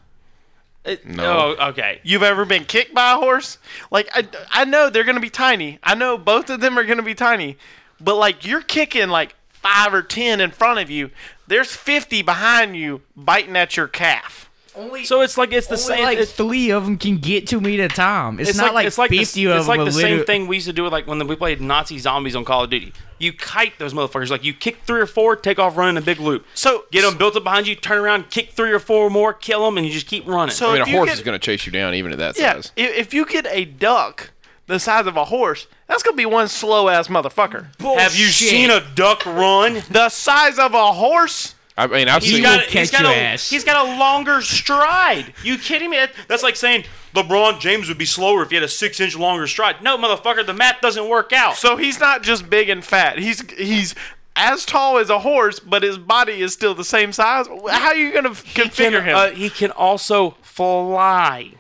S1: It-
S3: No.
S1: Oh, okay.
S4: You've ever been kicked by a horse? Like I, I know they're gonna be tiny. I know both of them are gonna be tiny, but like you're kicking like five or ten in front of you. There's fifty behind you biting at your calf.
S2: Only
S1: So it's like it's the same.
S2: like
S1: it's,
S2: three of them can get to me at a time. It's,
S1: it's
S2: not like,
S1: it's like
S2: fifty
S1: the,
S2: of
S1: It's like
S2: them.
S1: the
S2: are
S1: same
S2: literally-
S1: thing we used to do with like when we played Nazi zombies on Call of Duty. You kite those motherfuckers. Like you kick three or four, take off running a big loop.
S4: So
S1: Get them built up behind you, turn around, kick three or four more, kill them, and you just keep running.
S4: So
S3: I mean,
S4: if
S3: a
S4: you
S3: horse
S4: get,
S3: is going to chase you down even at that
S4: Yeah,
S3: size.
S4: i- if you get a duck the size of a horse, that's gonna be one slow ass motherfucker.
S1: have you
S2: Bullshit.
S1: seen a duck run?
S4: The size of a horse.
S3: I mean, I've
S1: He's
S3: seen.
S1: got,
S2: will
S1: a- he's,
S2: catch
S1: got
S2: your
S1: a,
S2: ass.
S1: he's got a longer stride. You kidding me? That- That's like saying LeBron James would be slower if he had a six inch longer stride. No, motherfucker, the math doesn't work out.
S4: So he's not just big and fat. He's he's as tall as a horse, but his body is still the same size. How are you gonna f-
S1: can,
S4: configure him?
S1: uh, he can also fly.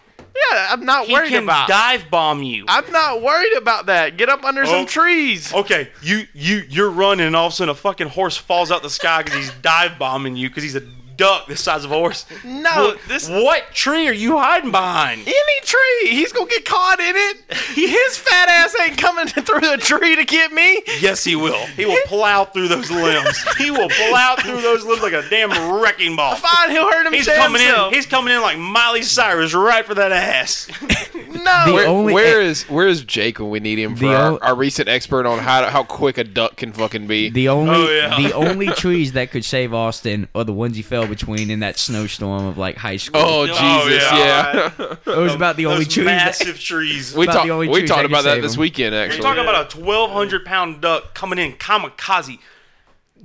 S4: yeah, I'm not
S1: He
S4: worried
S1: can
S4: about.
S1: dive bomb you.
S4: I'm not worried about that. Get up under
S1: Oh.
S4: some trees.
S1: okay, you you you're running, and all of a sudden a fucking horse falls out the sky because he's dive bombing you because he's a duck the size of a horse.
S4: No,
S1: What-
S4: this-
S1: what tree are you hiding behind?
S4: Any tree, he's gonna get caught in it. His fat ass ain't coming through the tree to get me.
S1: Yes, he will. He will plow through those limbs. He will plow through those limbs like a damn wrecking ball.
S4: Fine, he'll hurt him.
S1: He's
S4: damn
S1: coming
S4: self.
S1: in. He's coming in like Miley Cyrus, right for that ass.
S4: no.
S2: The
S3: Where,
S2: only- e-
S3: where is where is Jake when we need him for
S2: The
S3: our,
S2: o-
S3: our recent expert on how how quick a duck can fucking be?
S2: The only
S1: Oh, yeah.
S2: the only trees that could save Austin are the ones he fell between in that snowstorm of like high school.
S3: oh Jesus!
S1: Oh, yeah.
S3: yeah,
S2: it was about the only
S1: Those
S2: trees. That,
S1: massive trees.
S3: we
S2: About
S3: talked
S2: the only
S3: we
S2: trees
S3: talked
S2: that
S3: about
S2: can
S3: that
S2: save
S3: this
S2: him.
S3: weekend
S1: You're
S3: actually.
S1: talking about a 1,200 pound duck coming in kamikaze.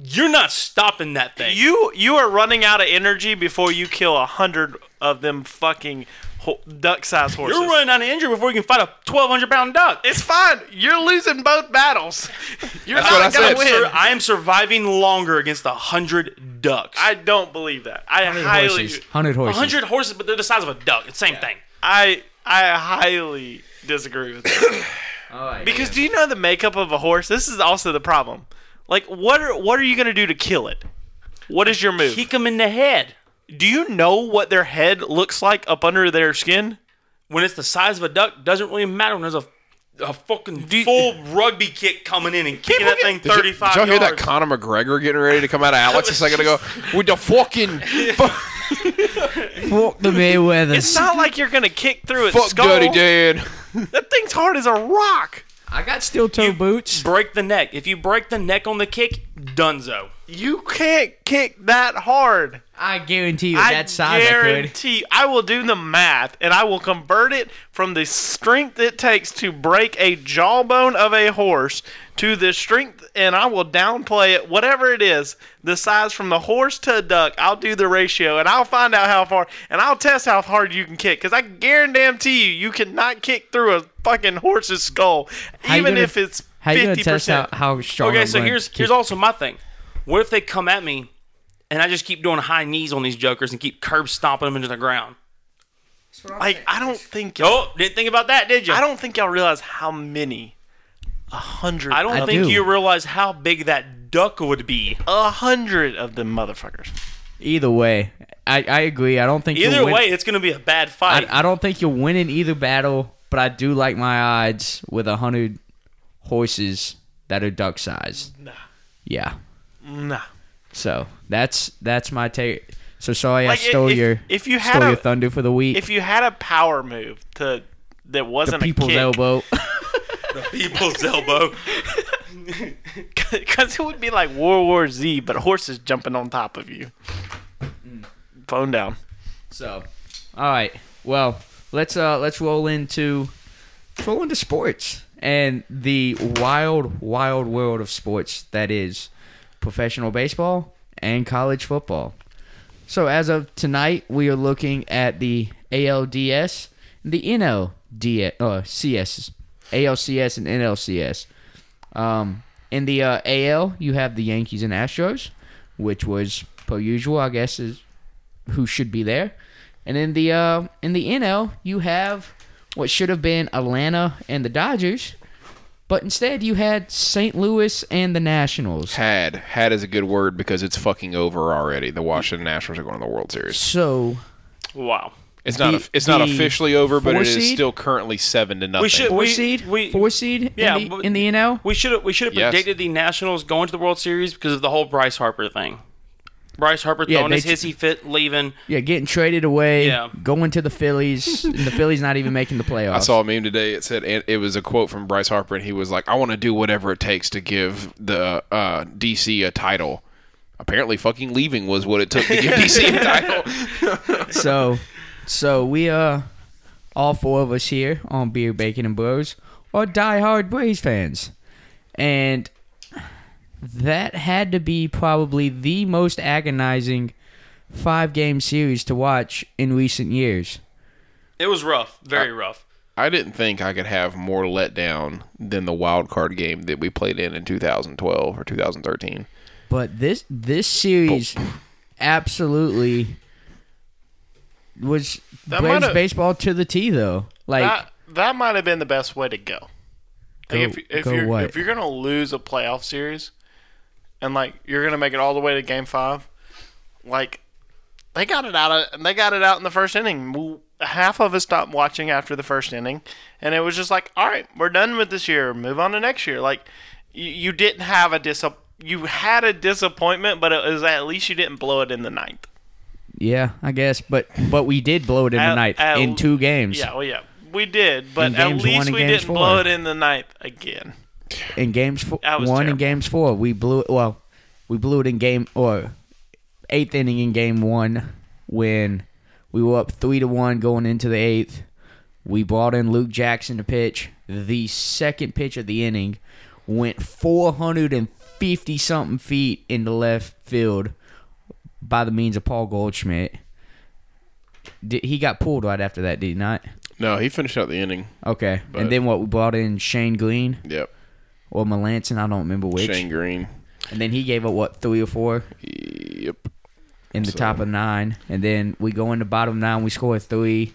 S1: You're not stopping that thing.
S4: You you are running out of energy before you kill a hundred of them fucking ho- duck-sized horses.
S1: You're running out of injury before you can fight a 1,200 pound duck.
S4: It's fine. You're losing both battles. You're
S3: That's what
S4: not
S3: I
S4: gonna
S3: said.
S1: I'm
S4: win.
S1: sur- I am surviving longer against a 100 ducks.
S4: I don't believe that. I highly,
S2: horses, hundred
S1: A
S2: horses.
S1: 100 horses, but they're the size of a duck. It's the same thing.
S4: I I highly disagree with that. because do you know the makeup of a horse? This is also the problem. Like, what are what are you gonna do to kill it? What is your move?
S1: Kick them in the head.
S4: do you know what their head looks like up under their skin?
S1: when it's the size of a duck, doesn't really matter when there's a a fucking full rugby kick coming in and kicking that
S4: get-
S1: thing
S3: Did you-
S1: 35
S3: Did y'all hear that
S1: yards.
S3: Conor McGregor getting ready to come out of Alex a second ago with the fucking fuck,
S2: fuck the Mayweather.
S4: It's not like you're gonna kick through its
S3: fuck
S4: skull.
S3: Dirty Dan?
S4: That thing's hard as a rock.
S2: I got steel toe boots.
S1: break the neck. If you break the neck on the kick, dunzo.
S4: You can't kick that hard.
S2: I guarantee you
S4: I
S2: that size I could.
S4: guarantee. I will do the math, and I will convert it from the strength it takes to break a jawbone of a horse to the strength, and I will downplay it, whatever it is, the size from the horse to a duck. I'll do the ratio, and I'll find out how far, and I'll test how hard you can kick, because I guarantee you, you cannot kick through a fucking horse's skull,
S2: How you
S4: even
S2: gonna-
S4: if it's
S2: how you gonna
S4: fifty
S2: test
S4: percent.
S2: out how strong?
S1: Okay,
S2: I'm
S1: so
S2: gonna
S1: here's
S2: keep-
S1: here's also my thing. What if they come at me and I just keep doing high knees on these jokers and keep curb stomping them into the ground?
S4: Like I don't think y'all,
S1: Oh, didn't think about that, did you?
S4: I don't think y'all realize how many. A hundred.
S1: I don't
S2: I
S1: think
S2: do.
S1: you realize how big that duck would be.
S4: a hundred of them motherfuckers.
S2: either way. I, I agree. I don't think
S1: Either
S2: you'll win-
S1: way, it's going to be a bad fight.
S2: I, I don't think you'll win in either battle, but I do like my odds with a hundred horses that are duck sized. Nah. Yeah.
S4: Nah.
S2: So that's that's my take. So sorry
S4: Like,
S2: I stole
S4: if-
S2: your
S4: if you had
S2: stole
S4: a-
S2: your thunder for the week.
S4: If you had a power move to that wasn't
S2: People's
S4: a kick,
S2: elbow.
S1: People's elbow.
S4: because it would be like World War Z, but horses jumping on top of you.
S1: Mm.
S4: Phone down.
S2: so, all right. Well, let's uh let's roll into let's roll into sports and the wild wild world of sports that is professional baseball and college football. So as of tonight, we are looking at the ALDS, the NLDS, uh, CS, ALCS, and NLCS. Um, in the uh, AL, you have the Yankees and Astros, which was per usual, I guess, is who should be there. And in the uh, in the NL, you have what should have been Atlanta and the Dodgers,
S5: But instead, you had St. Louis and the Nationals.
S3: Had had is a good word because it's fucking over already. The Washington Nationals are going to the World Series.
S2: So
S1: Wow.
S3: It's not.
S2: The-
S3: it's not
S2: the
S3: officially over, but
S2: four
S3: it is
S2: seed?
S3: still currently seven to nothing.
S1: should-
S2: four
S1: We-
S2: seed,
S1: we-
S2: four seed,
S1: Yeah,
S2: in the,
S1: but-
S2: in the NL.
S1: We should have we should have
S3: Yes.
S1: predicted the Nationals going to the World Series because of the whole Bryce Harper thing. Bryce Harper
S2: Yeah,
S1: throwing
S2: they
S1: his hissy fit, leaving.
S2: Yeah, getting traded away,
S1: Yeah.
S2: going to the Phillies, and the Phillies not even making the playoffs.
S3: I saw a meme today. It said and it was a quote from Bryce Harper, and he was like, "I want to do whatever it takes to give the uh, DC a title." Apparently, fucking leaving was what it took to give DC a title.
S2: so so we uh all four of us here on beer bacon and bros are diehard braves fans and that had to be probably the most agonizing five game series to watch in recent years
S1: It was rough,
S2: Uh,
S1: very rough.
S3: I didn't think I could have more letdown than the wild card game that we played in in 2012 or 2013.
S2: but this this series absolutely was
S4: That
S2: Braves
S4: might've-
S2: baseball to the T though like
S4: that that might have been the best way to go.
S2: Go-
S4: like if, if
S2: go
S4: you're
S2: what?
S4: if you're gonna lose a playoff series, and like you're gonna make it all the way to Game Five, like they got it out of they got it out in the first inning. W- Half of us stopped watching after the first inning, and it was just like, all right, we're done with this year. Move on to next year. Like you, you didn't have a dis you had a disappointment, but it was at least you didn't blow it in the ninth.
S2: yeah i guess but but we did blow it in the
S4: At-
S2: night
S4: at-
S2: in two games
S4: Yeah, well, yeah, we did, but
S2: In
S4: at
S2: games one
S4: least
S2: and
S4: we
S2: games
S4: didn't blow
S2: four.
S4: it in the ninth again.
S2: in games four,
S4: That
S2: one
S4: was
S2: in
S4: terrible.
S2: games four. We blew it. Well, we blew it in game or eighth inning in game one when we were up three to one going into the eighth. We brought in Luke Jackson to pitch. The second pitch of the inning went 450 something feet into left field by the means of Paul Goldschmidt. Did, he got pulled right after that, did he not?
S3: No, he finished out the inning.
S2: Okay.
S3: But-
S2: and then what? We brought in Shane Green
S3: Yep,
S2: or Melanson. I don't remember which.
S3: Shane Green.
S2: And then he gave up what three or four
S3: Yep.
S2: in the top of nine, and then we go in the bottom nine. We score three,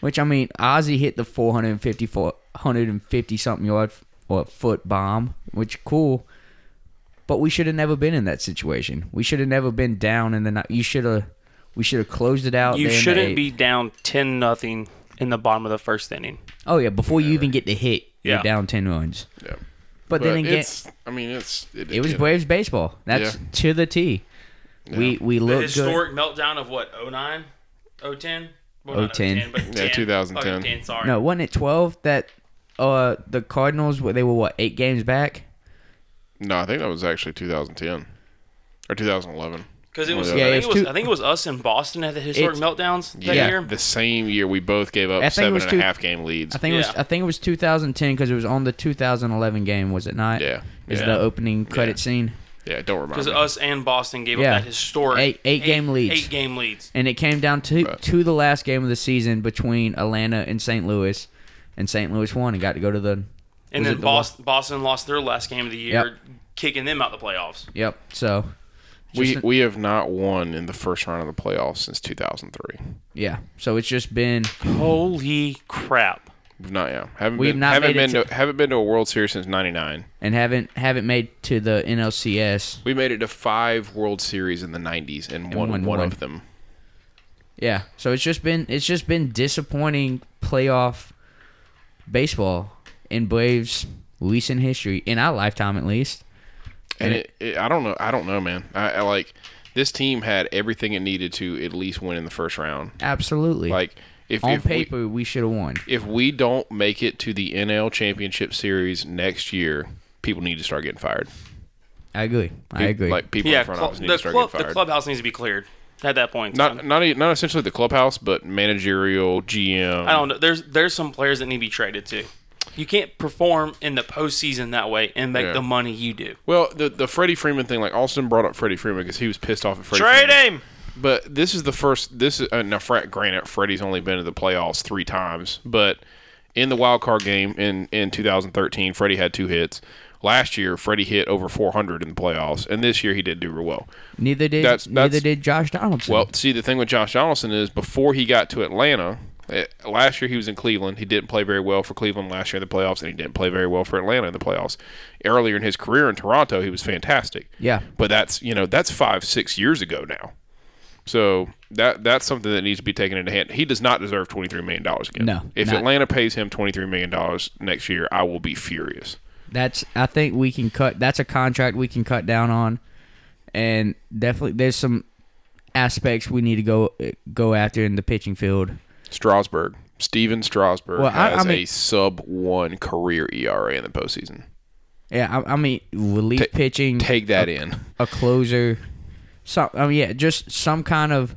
S2: which I mean, Ozzy hit the 450 150 something yard or foot bomb, which cool. But we should have never been in that situation. We should have never been down in the night. You should have. We should have closed it out.
S1: You
S2: there in the
S1: shouldn't
S2: eighth.
S1: be down ten nothing in the bottom of the first inning.
S2: Oh yeah, before you even get the hit,
S1: Yeah.
S2: you're down ten runs.
S3: Yep.
S2: But, then again,
S3: it's. I mean, it's.
S2: it was
S3: it-
S2: Braves baseball. That's
S3: Yeah.
S2: to the T. We we
S1: The
S2: looked good.
S1: historic meltdown of what 09? 010? Well, not
S2: 010.
S1: 010, but
S3: Yeah,
S1: 10.
S3: 2010.
S1: Fucking 10, sorry.
S2: No, wasn't it twelve that uh the Cardinals were they were what eight games back?
S3: No, I think that was actually 2010 or 2011.
S1: because it was,
S3: Yeah,
S1: I, think
S2: it's
S1: it was
S2: two-
S1: I think it was us in Boston at the historic
S2: It's-
S1: meltdowns that
S3: Yeah,
S1: year.
S3: the same year we both gave
S2: I
S3: up
S2: think it
S3: seven
S2: was
S3: and a half
S2: two-
S3: game leads.
S2: I think it was
S1: Yeah.
S2: I think it was 2010 because it was on the 2011 game, was it not?
S3: Yeah,
S2: Is
S3: yeah.
S2: the opening credit scene,
S3: yeah, don't remind
S1: Because
S3: me.
S1: us and Boston gave
S2: Yeah.
S1: up that historic
S2: Eight- eight game leads.
S1: Eight game leads.
S2: and it came down to to the last game of the season between Atlanta and St. Louis, and St. Louis won and got to go to the.
S1: And
S2: was
S1: then
S2: it the
S1: Boston, Boston lost their last game of the year, kicking them out the playoffs.
S2: Yep. So,
S3: we
S2: just-
S3: we have not won in the first round of the playoffs since 2003.
S2: yeah. So it's just been
S1: Holy crap.
S3: We've not yeah haven't
S2: We've
S3: been,
S2: not
S3: haven't
S2: made it
S3: been to, haven't been to a World Series since '99.
S2: and haven't haven't made to the NLCS.
S3: We made it to five World Series in the '90s and, won
S2: won
S3: one
S2: one.
S3: of them.
S2: Yeah. So it's just been it's just been disappointing playoff baseball in Braves recent history in our lifetime at least.
S3: And it, it, I don't know. I don't know, man. I, I like this team had everything it needed to at least win in the first round.
S2: Absolutely.
S3: Like if
S2: on
S3: if we-
S2: paper we, should have won.
S3: if we don't make it to the NL Championship Series next year, people need to start getting fired.
S2: I agree. I agree.
S3: Like people
S1: Yeah,
S3: in front
S1: cl-
S3: office need
S1: the,
S3: to start
S1: club,
S3: getting
S1: the
S3: fired.
S1: clubhouse needs to be cleared at that point. in
S3: not
S1: time.
S3: not e- not essentially the clubhouse, but managerial, GM.
S1: I don't know. There's there's some players that need to be traded too. You can't perform in the postseason that way and make
S3: Yeah.
S1: the money you do.
S3: Well, the the Freddie Freeman thing, like Austin brought up Freddie Freeman because he was pissed off at Freddie.
S4: Trade
S3: Freeman.
S4: him.
S3: But this is the first. This is uh, now. Fre- granted, Freddie's only been to the playoffs three times, but in the wild card game in in 2013, Freddie had two hits. Last year, Freddie hit over 400 in the playoffs, and this year he did do real well.
S2: neither did
S3: that's-
S2: neither
S3: that's-
S2: did Josh Donaldson.
S3: Well, see, the thing with Josh Donaldson is before he got to Atlanta, Uh, Last year he was in Cleveland. He didn't play very well for Cleveland last year in the playoffs, and he didn't play very well for Atlanta in the playoffs. Earlier in his career in Toronto, he was fantastic.
S2: Yeah.
S3: but that's you know that's five six years ago now. So that that's something that needs to be taken into hand. He does not deserve twenty three million dollars again.
S2: No,
S3: if
S2: not.
S3: Atlanta pays him twenty three million dollars next year, I will be furious.
S2: That's I think we can cut. That's a contract we can cut down on, and definitely there's some aspects we need to go go after in the pitching field.
S3: Strasburg, Steven Strasburg
S2: Well, I- I
S3: has
S2: mean-
S3: a sub one career ERA in the postseason.
S2: Yeah, I, I mean relief
S3: Ta-
S2: pitching,
S3: Take that
S2: Uh,
S3: in.
S2: a closer, some I mean yeah, just some kind of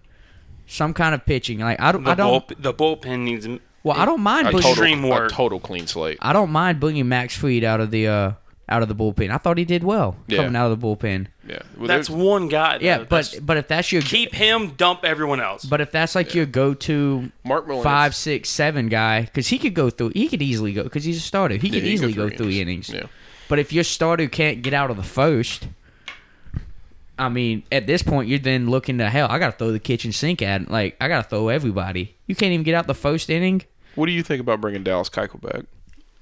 S2: some kind of pitching. Like I don't,
S1: The,
S2: I don't.
S1: bullp- the bullpen needs. m-
S2: well, I don't mind.
S3: A
S2: Boogie,
S3: total,
S1: Extreme
S3: a
S1: work.
S3: total clean slate.
S2: I don't mind bringing Max Freed out of the uh out of the bullpen. I thought he did well
S3: Yeah.
S2: coming out of the bullpen.
S3: Yeah, well,
S1: That's
S3: there's-
S1: one guy. though.
S2: Yeah, but
S1: That's-
S2: but if that's your
S1: keep him. Dump everyone else.
S2: But if that's like your go-to
S3: Mark Mullins.
S2: five, six, seven guy, because he could go through, he could easily go because he's a starter. He
S3: Yeah,
S2: could
S3: he can
S2: easily go through innings.
S3: Yeah.
S2: But if your starter can't get out of the first, I mean, at this point, you're then looking to hell. I gotta throw the kitchen sink at like I gotta throw everybody. You can't even get out the first inning.
S3: What do you think about bringing Dallas Keuchel back?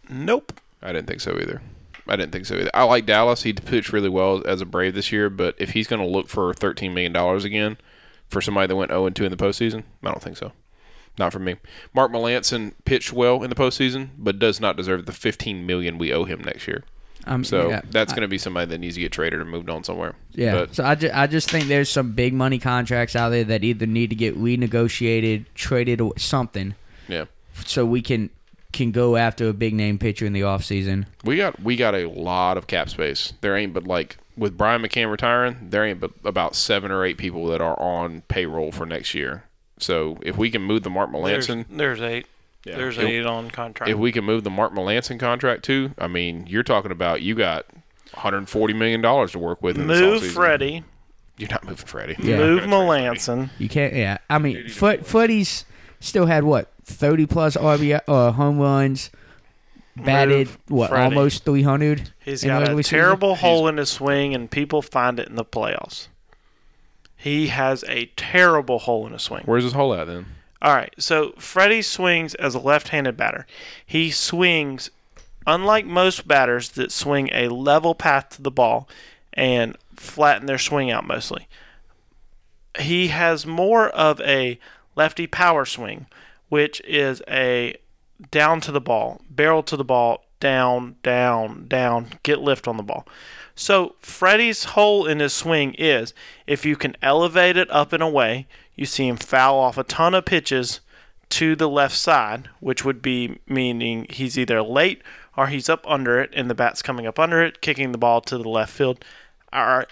S4: Nope.
S3: I didn't think so either. I didn't think so either. I like Dallas. He pitched really well as a Brave this year, but if he's going to look for thirteen million dollars again for somebody that went zero and two in the postseason, I don't think so. Not for me. Mark Melanson pitched well in the postseason, but does not deserve the fifteen million we owe him next year.
S2: Um,
S3: So
S2: yeah.
S3: that's going to be somebody that needs to get traded or moved on somewhere.
S2: Yeah.
S3: But
S2: so I, ju- I just think there's some big money contracts out there that either need to get renegotiated, traded, or something,
S3: yeah,
S2: so we can can go after a big name pitcher in the offseason.
S3: we got we got a lot of cap space. There ain't but like with Brian McCann retiring, there ain't but about seven or eight people that are on payroll for next year. So if we can move the Mark
S4: There's,
S3: Melanson.
S4: there's eight. There's
S3: If-
S4: eight on contract.
S3: if we can move the Mark Melanson contract too, I mean, you're talking about you got 140 million dollars to work with. In
S4: Move
S3: this offseason.
S4: Freddie.
S3: You're not moving Freddie.
S2: Yeah.
S4: Move Melanson.
S2: You can't. Yeah, I mean, foot footies still had what thirty plus RBI uh, home runs, batted
S4: Move
S2: what
S4: Freddie.
S2: almost three hundred.
S4: He's
S2: in the
S4: got a
S2: regular season?
S4: terrible hole in his swing, and people find it in the playoffs. He has a terrible hole in his swing.
S3: Where's his hole at then?
S4: All right, so Freddie swings as a left-handed batter. He swings, unlike most batters that swing a level path to the ball and flatten their swing out mostly. He has more of a lefty power swing, which is a down to the ball, barrel to the ball, down, down, down, get lift on the ball. So Freddie's hole in his swing is if you can elevate it up and away, you see him foul off a ton of pitches to the left side, which would be meaning he's either late or he's up under it and the bat's coming up under it, kicking the ball to the left field or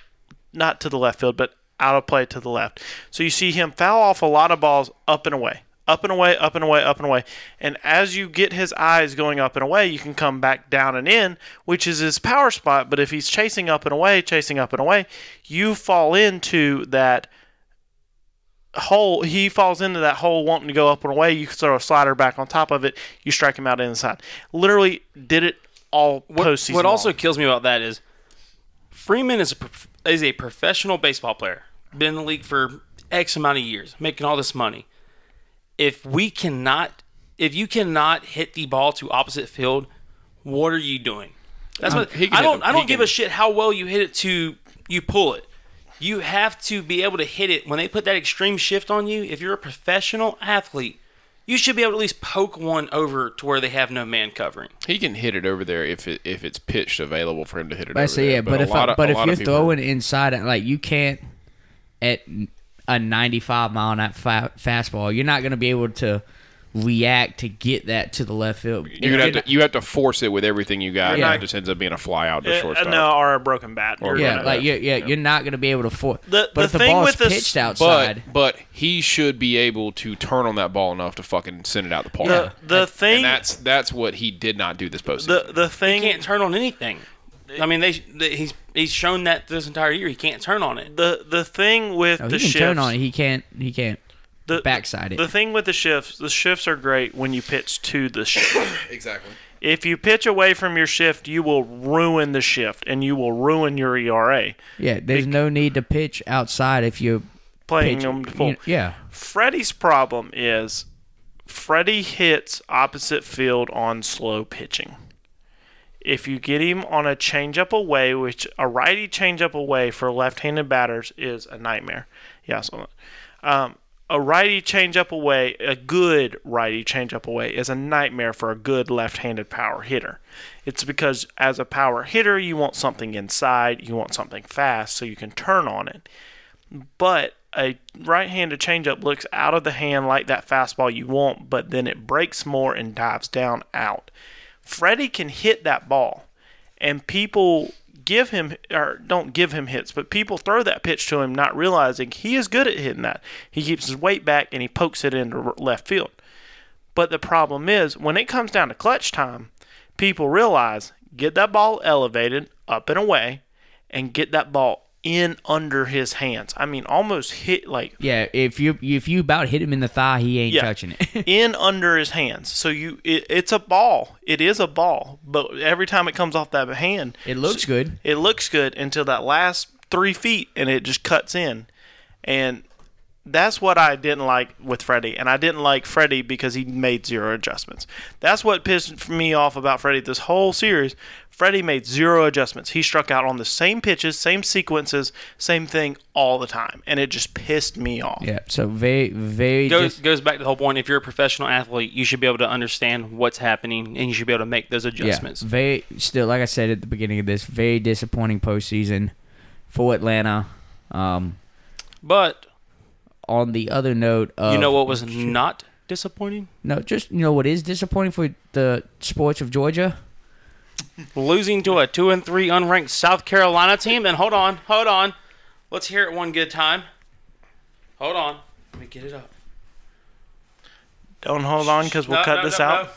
S4: not to the left field, but out of play to the left. So you see him foul off a lot of balls up and away, up and away, up and away, up and away. And as you get his eyes going up and away, you can come back down and in, which is his power spot. But if he's chasing up and away, chasing up and away, you fall into that hole he falls into that hole wanting to go up and away you throw a slider back on top of it you strike him out inside literally did it all
S1: What,
S4: postseason
S1: what also
S4: long.
S1: kills me about that is Freeman is a prof- is a professional baseball player. Been in the league for X amount of years, making all this money. If we cannot, if you cannot hit the ball to opposite field, what are you doing? That's what
S3: Um, he can
S1: I
S3: hit
S1: don't.
S3: the-
S1: I
S3: he
S1: don't give
S3: can-
S1: a shit how well you hit it to you pull it. You have to be able to hit it when they put that extreme shift on you. If you're a professional athlete, you should be able to at least poke one over to where they have no man covering.
S3: He can hit it over there if it, if it's pitched available for him to hit it.
S2: But I
S3: over
S2: say
S3: there.
S2: yeah, but
S3: a
S2: if
S3: lot
S2: I,
S3: of-
S2: but
S3: a
S2: if
S3: lot
S2: you're
S3: of people-
S2: throwing inside, like you can't at a 95 mile an hour fa- fastball, you're not going to be able to react to get that to the left field.
S3: you're gonna have to you have to force it with everything you got.
S2: Yeah.
S3: And it just ends up being a fly out to
S4: Uh,
S3: shortstop.
S4: no or a broken bat
S3: Or
S4: You're
S3: broken
S2: yeah,
S4: gonna-
S2: like you're, yeah, you're not going to be able to for.
S4: The-
S2: but
S4: the
S2: if the
S4: thing
S2: ball's
S4: with this-
S2: pitched
S4: but-
S2: outside,
S3: But but he should be able to turn on that ball enough to fucking send it out the park.
S4: the, the thing
S3: And that's that's what he did not do this postseason.
S4: the the
S1: He
S4: thing
S1: can't turn on anything. I mean, they, they he's he's shown that this entire year he can't turn on it.
S4: the the thing with
S2: no, he
S4: the
S2: Oh, can
S4: shifts
S2: turn on it. He can't. He can't.
S4: the
S2: backside it.
S4: The thing with the shifts, the shifts are great when you pitch to the shift.
S3: exactly.
S4: if you pitch away from your shift, you will ruin the shift and you will ruin your E ERA.
S2: Yeah, there's no need to pitch outside if you're
S4: Playing
S2: pitching.
S4: them to pull.
S2: you- yeah,
S4: Freddie's problem is Freddie hits opposite field on slow pitching. If you get him on a changeup away, which a righty changeup away for left-handed batters is a nightmare. Yeah, so um, a righty changeup away, a good righty changeup away, is a nightmare for a good left-handed power hitter. It's because as a power hitter, you want something inside, you want something fast, so you can turn on it but a right-handed changeup looks out of the hand like that fastball you want, but then it breaks more and dives down out. Freddie can hit that ball, and people give him or don't give him hits, but people throw that pitch to him, not realizing he is good at hitting that. He keeps his weight back and he pokes it into r- left field. But the problem is when it comes down to clutch time, people realize get that ball elevated up and away, and get that ball in under his hands. I mean, almost hit like
S5: Yeah, if you if you about hit him in the thigh, he ain't
S4: Yeah.
S5: touching it.
S4: in under his hands. So you, it, it's a ball. It is a ball, but every time it comes off that hand,
S5: it looks good.
S4: it looks good until that last three feet and it just cuts in. And that's what I didn't like with Freddie. And I didn't like Freddie because he made zero adjustments. That's what pissed me off about Freddie this whole series. Freddie made zero adjustments. He struck out on the same pitches, same sequences, same thing all the time. And it just pissed me off.
S2: Yeah. So very, very.
S1: goes
S2: dis-
S1: goes back to the whole point. If you're a professional athlete, you should be able to understand what's happening, and you should be able to make those adjustments.
S2: adjustments.
S5: Very still, like I said at the beginning of this, very disappointing postseason for Atlanta. Um,
S1: But
S5: on the other note, of,
S1: you know what was not disappointing?
S5: No, just you know what is disappointing for the sports of Georgia.
S1: Losing to a two and three unranked South Carolina team. And hold on, hold on. Let's hear it one good time. Hold on. Let me get it up.
S4: Don't hold on because we'll
S1: No,
S4: cut
S1: no,
S4: this
S1: no,
S4: out.
S1: no.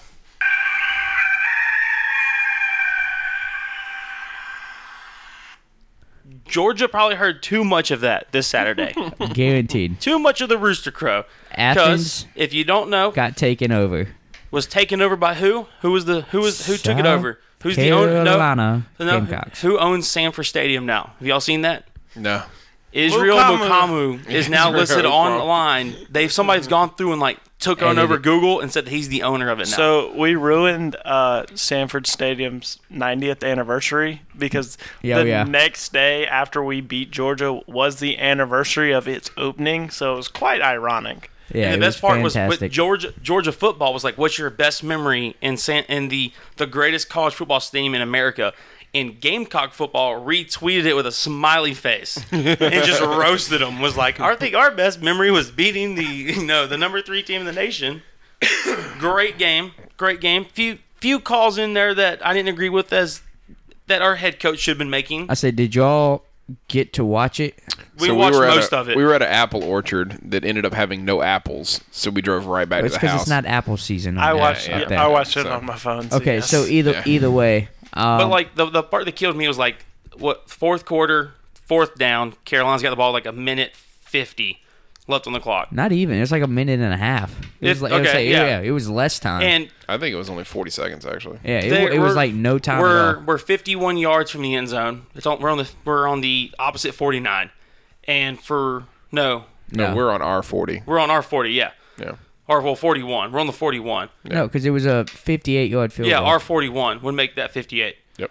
S1: Georgia probably heard too much of that this Saturday.
S5: Guaranteed.
S1: too much of the rooster crow. Because
S5: Athens
S1: if you don't know,
S5: got taken over.
S1: was taken over by who? Who was the who was who took it
S5: South
S1: over? Who's the owner?
S5: Carolina
S1: No, no, who-
S5: Gamecocks.
S1: who owns Sanford Stadium now? Have y'all seen that?
S3: No.
S1: Israel
S4: Mukamu.
S1: Mukamu is now
S3: Israel
S1: listed
S3: Mukamu.
S1: online. They've somebody's gone through and like took on
S5: Edited.
S1: over Google and said that he's the owner of it now.
S4: So we ruined uh, Sanford Stadium's 90th anniversary because
S5: Yeah,
S4: the
S5: yeah.
S4: next day after we beat Georgia was the anniversary of its opening, so it was quite ironic.
S5: yeah,
S1: and
S5: it
S1: the best
S5: was
S1: part was
S5: fantastic.
S1: with Georgia Georgia football was like, what's your best memory in San, in the the greatest college football stadium in America? And Gamecock football retweeted it with a smiley face and just roasted them. Was like, I think our best memory was beating the you know the number three team in the nation. great game, great game. Few few calls in there that I didn't agree with as that our head coach should have been making.
S5: I said, did y'all get to watch it?
S1: We
S3: So
S1: watched
S3: were at
S1: most
S3: a-
S1: of it.
S3: We were at an apple orchard that ended up having no apples, so we drove right back
S5: It's
S3: to the
S5: because
S3: house.
S5: it's not apple season.
S4: I
S5: on that-
S4: watched
S3: yeah,
S5: up
S4: it.
S5: there.
S4: I watched it
S3: So-
S4: on my phone.
S5: Okay,
S4: yes.
S2: e-
S5: so either
S3: Yeah.
S5: either way, um,
S1: But like the the part that killed me was like what fourth quarter, fourth down. Carolina's got the ball like a minute fifty left on the clock,
S5: not even. It's like a minute and a half. It was
S1: It-
S5: like, it was
S1: okay,
S5: like- yeah.
S1: yeah.
S5: it was less time.
S1: and
S3: I think it was only 40 seconds actually.
S5: yeah, it,
S1: they
S5: wa- it was
S1: were-
S5: like no time at
S1: We're
S5: all.
S1: we're fifty one yards from the end zone. It's on, we're on the we're on the opposite forty nine, and for no,
S3: No, we're on R 40.
S1: we're on our forty. Yeah,
S3: Yeah.
S1: or well forty one. We're on the forty one.
S5: No, because it was a 58 yard field.
S1: Yeah,
S5: goal.
S1: our forty one would make that fifty eight.
S3: Yep.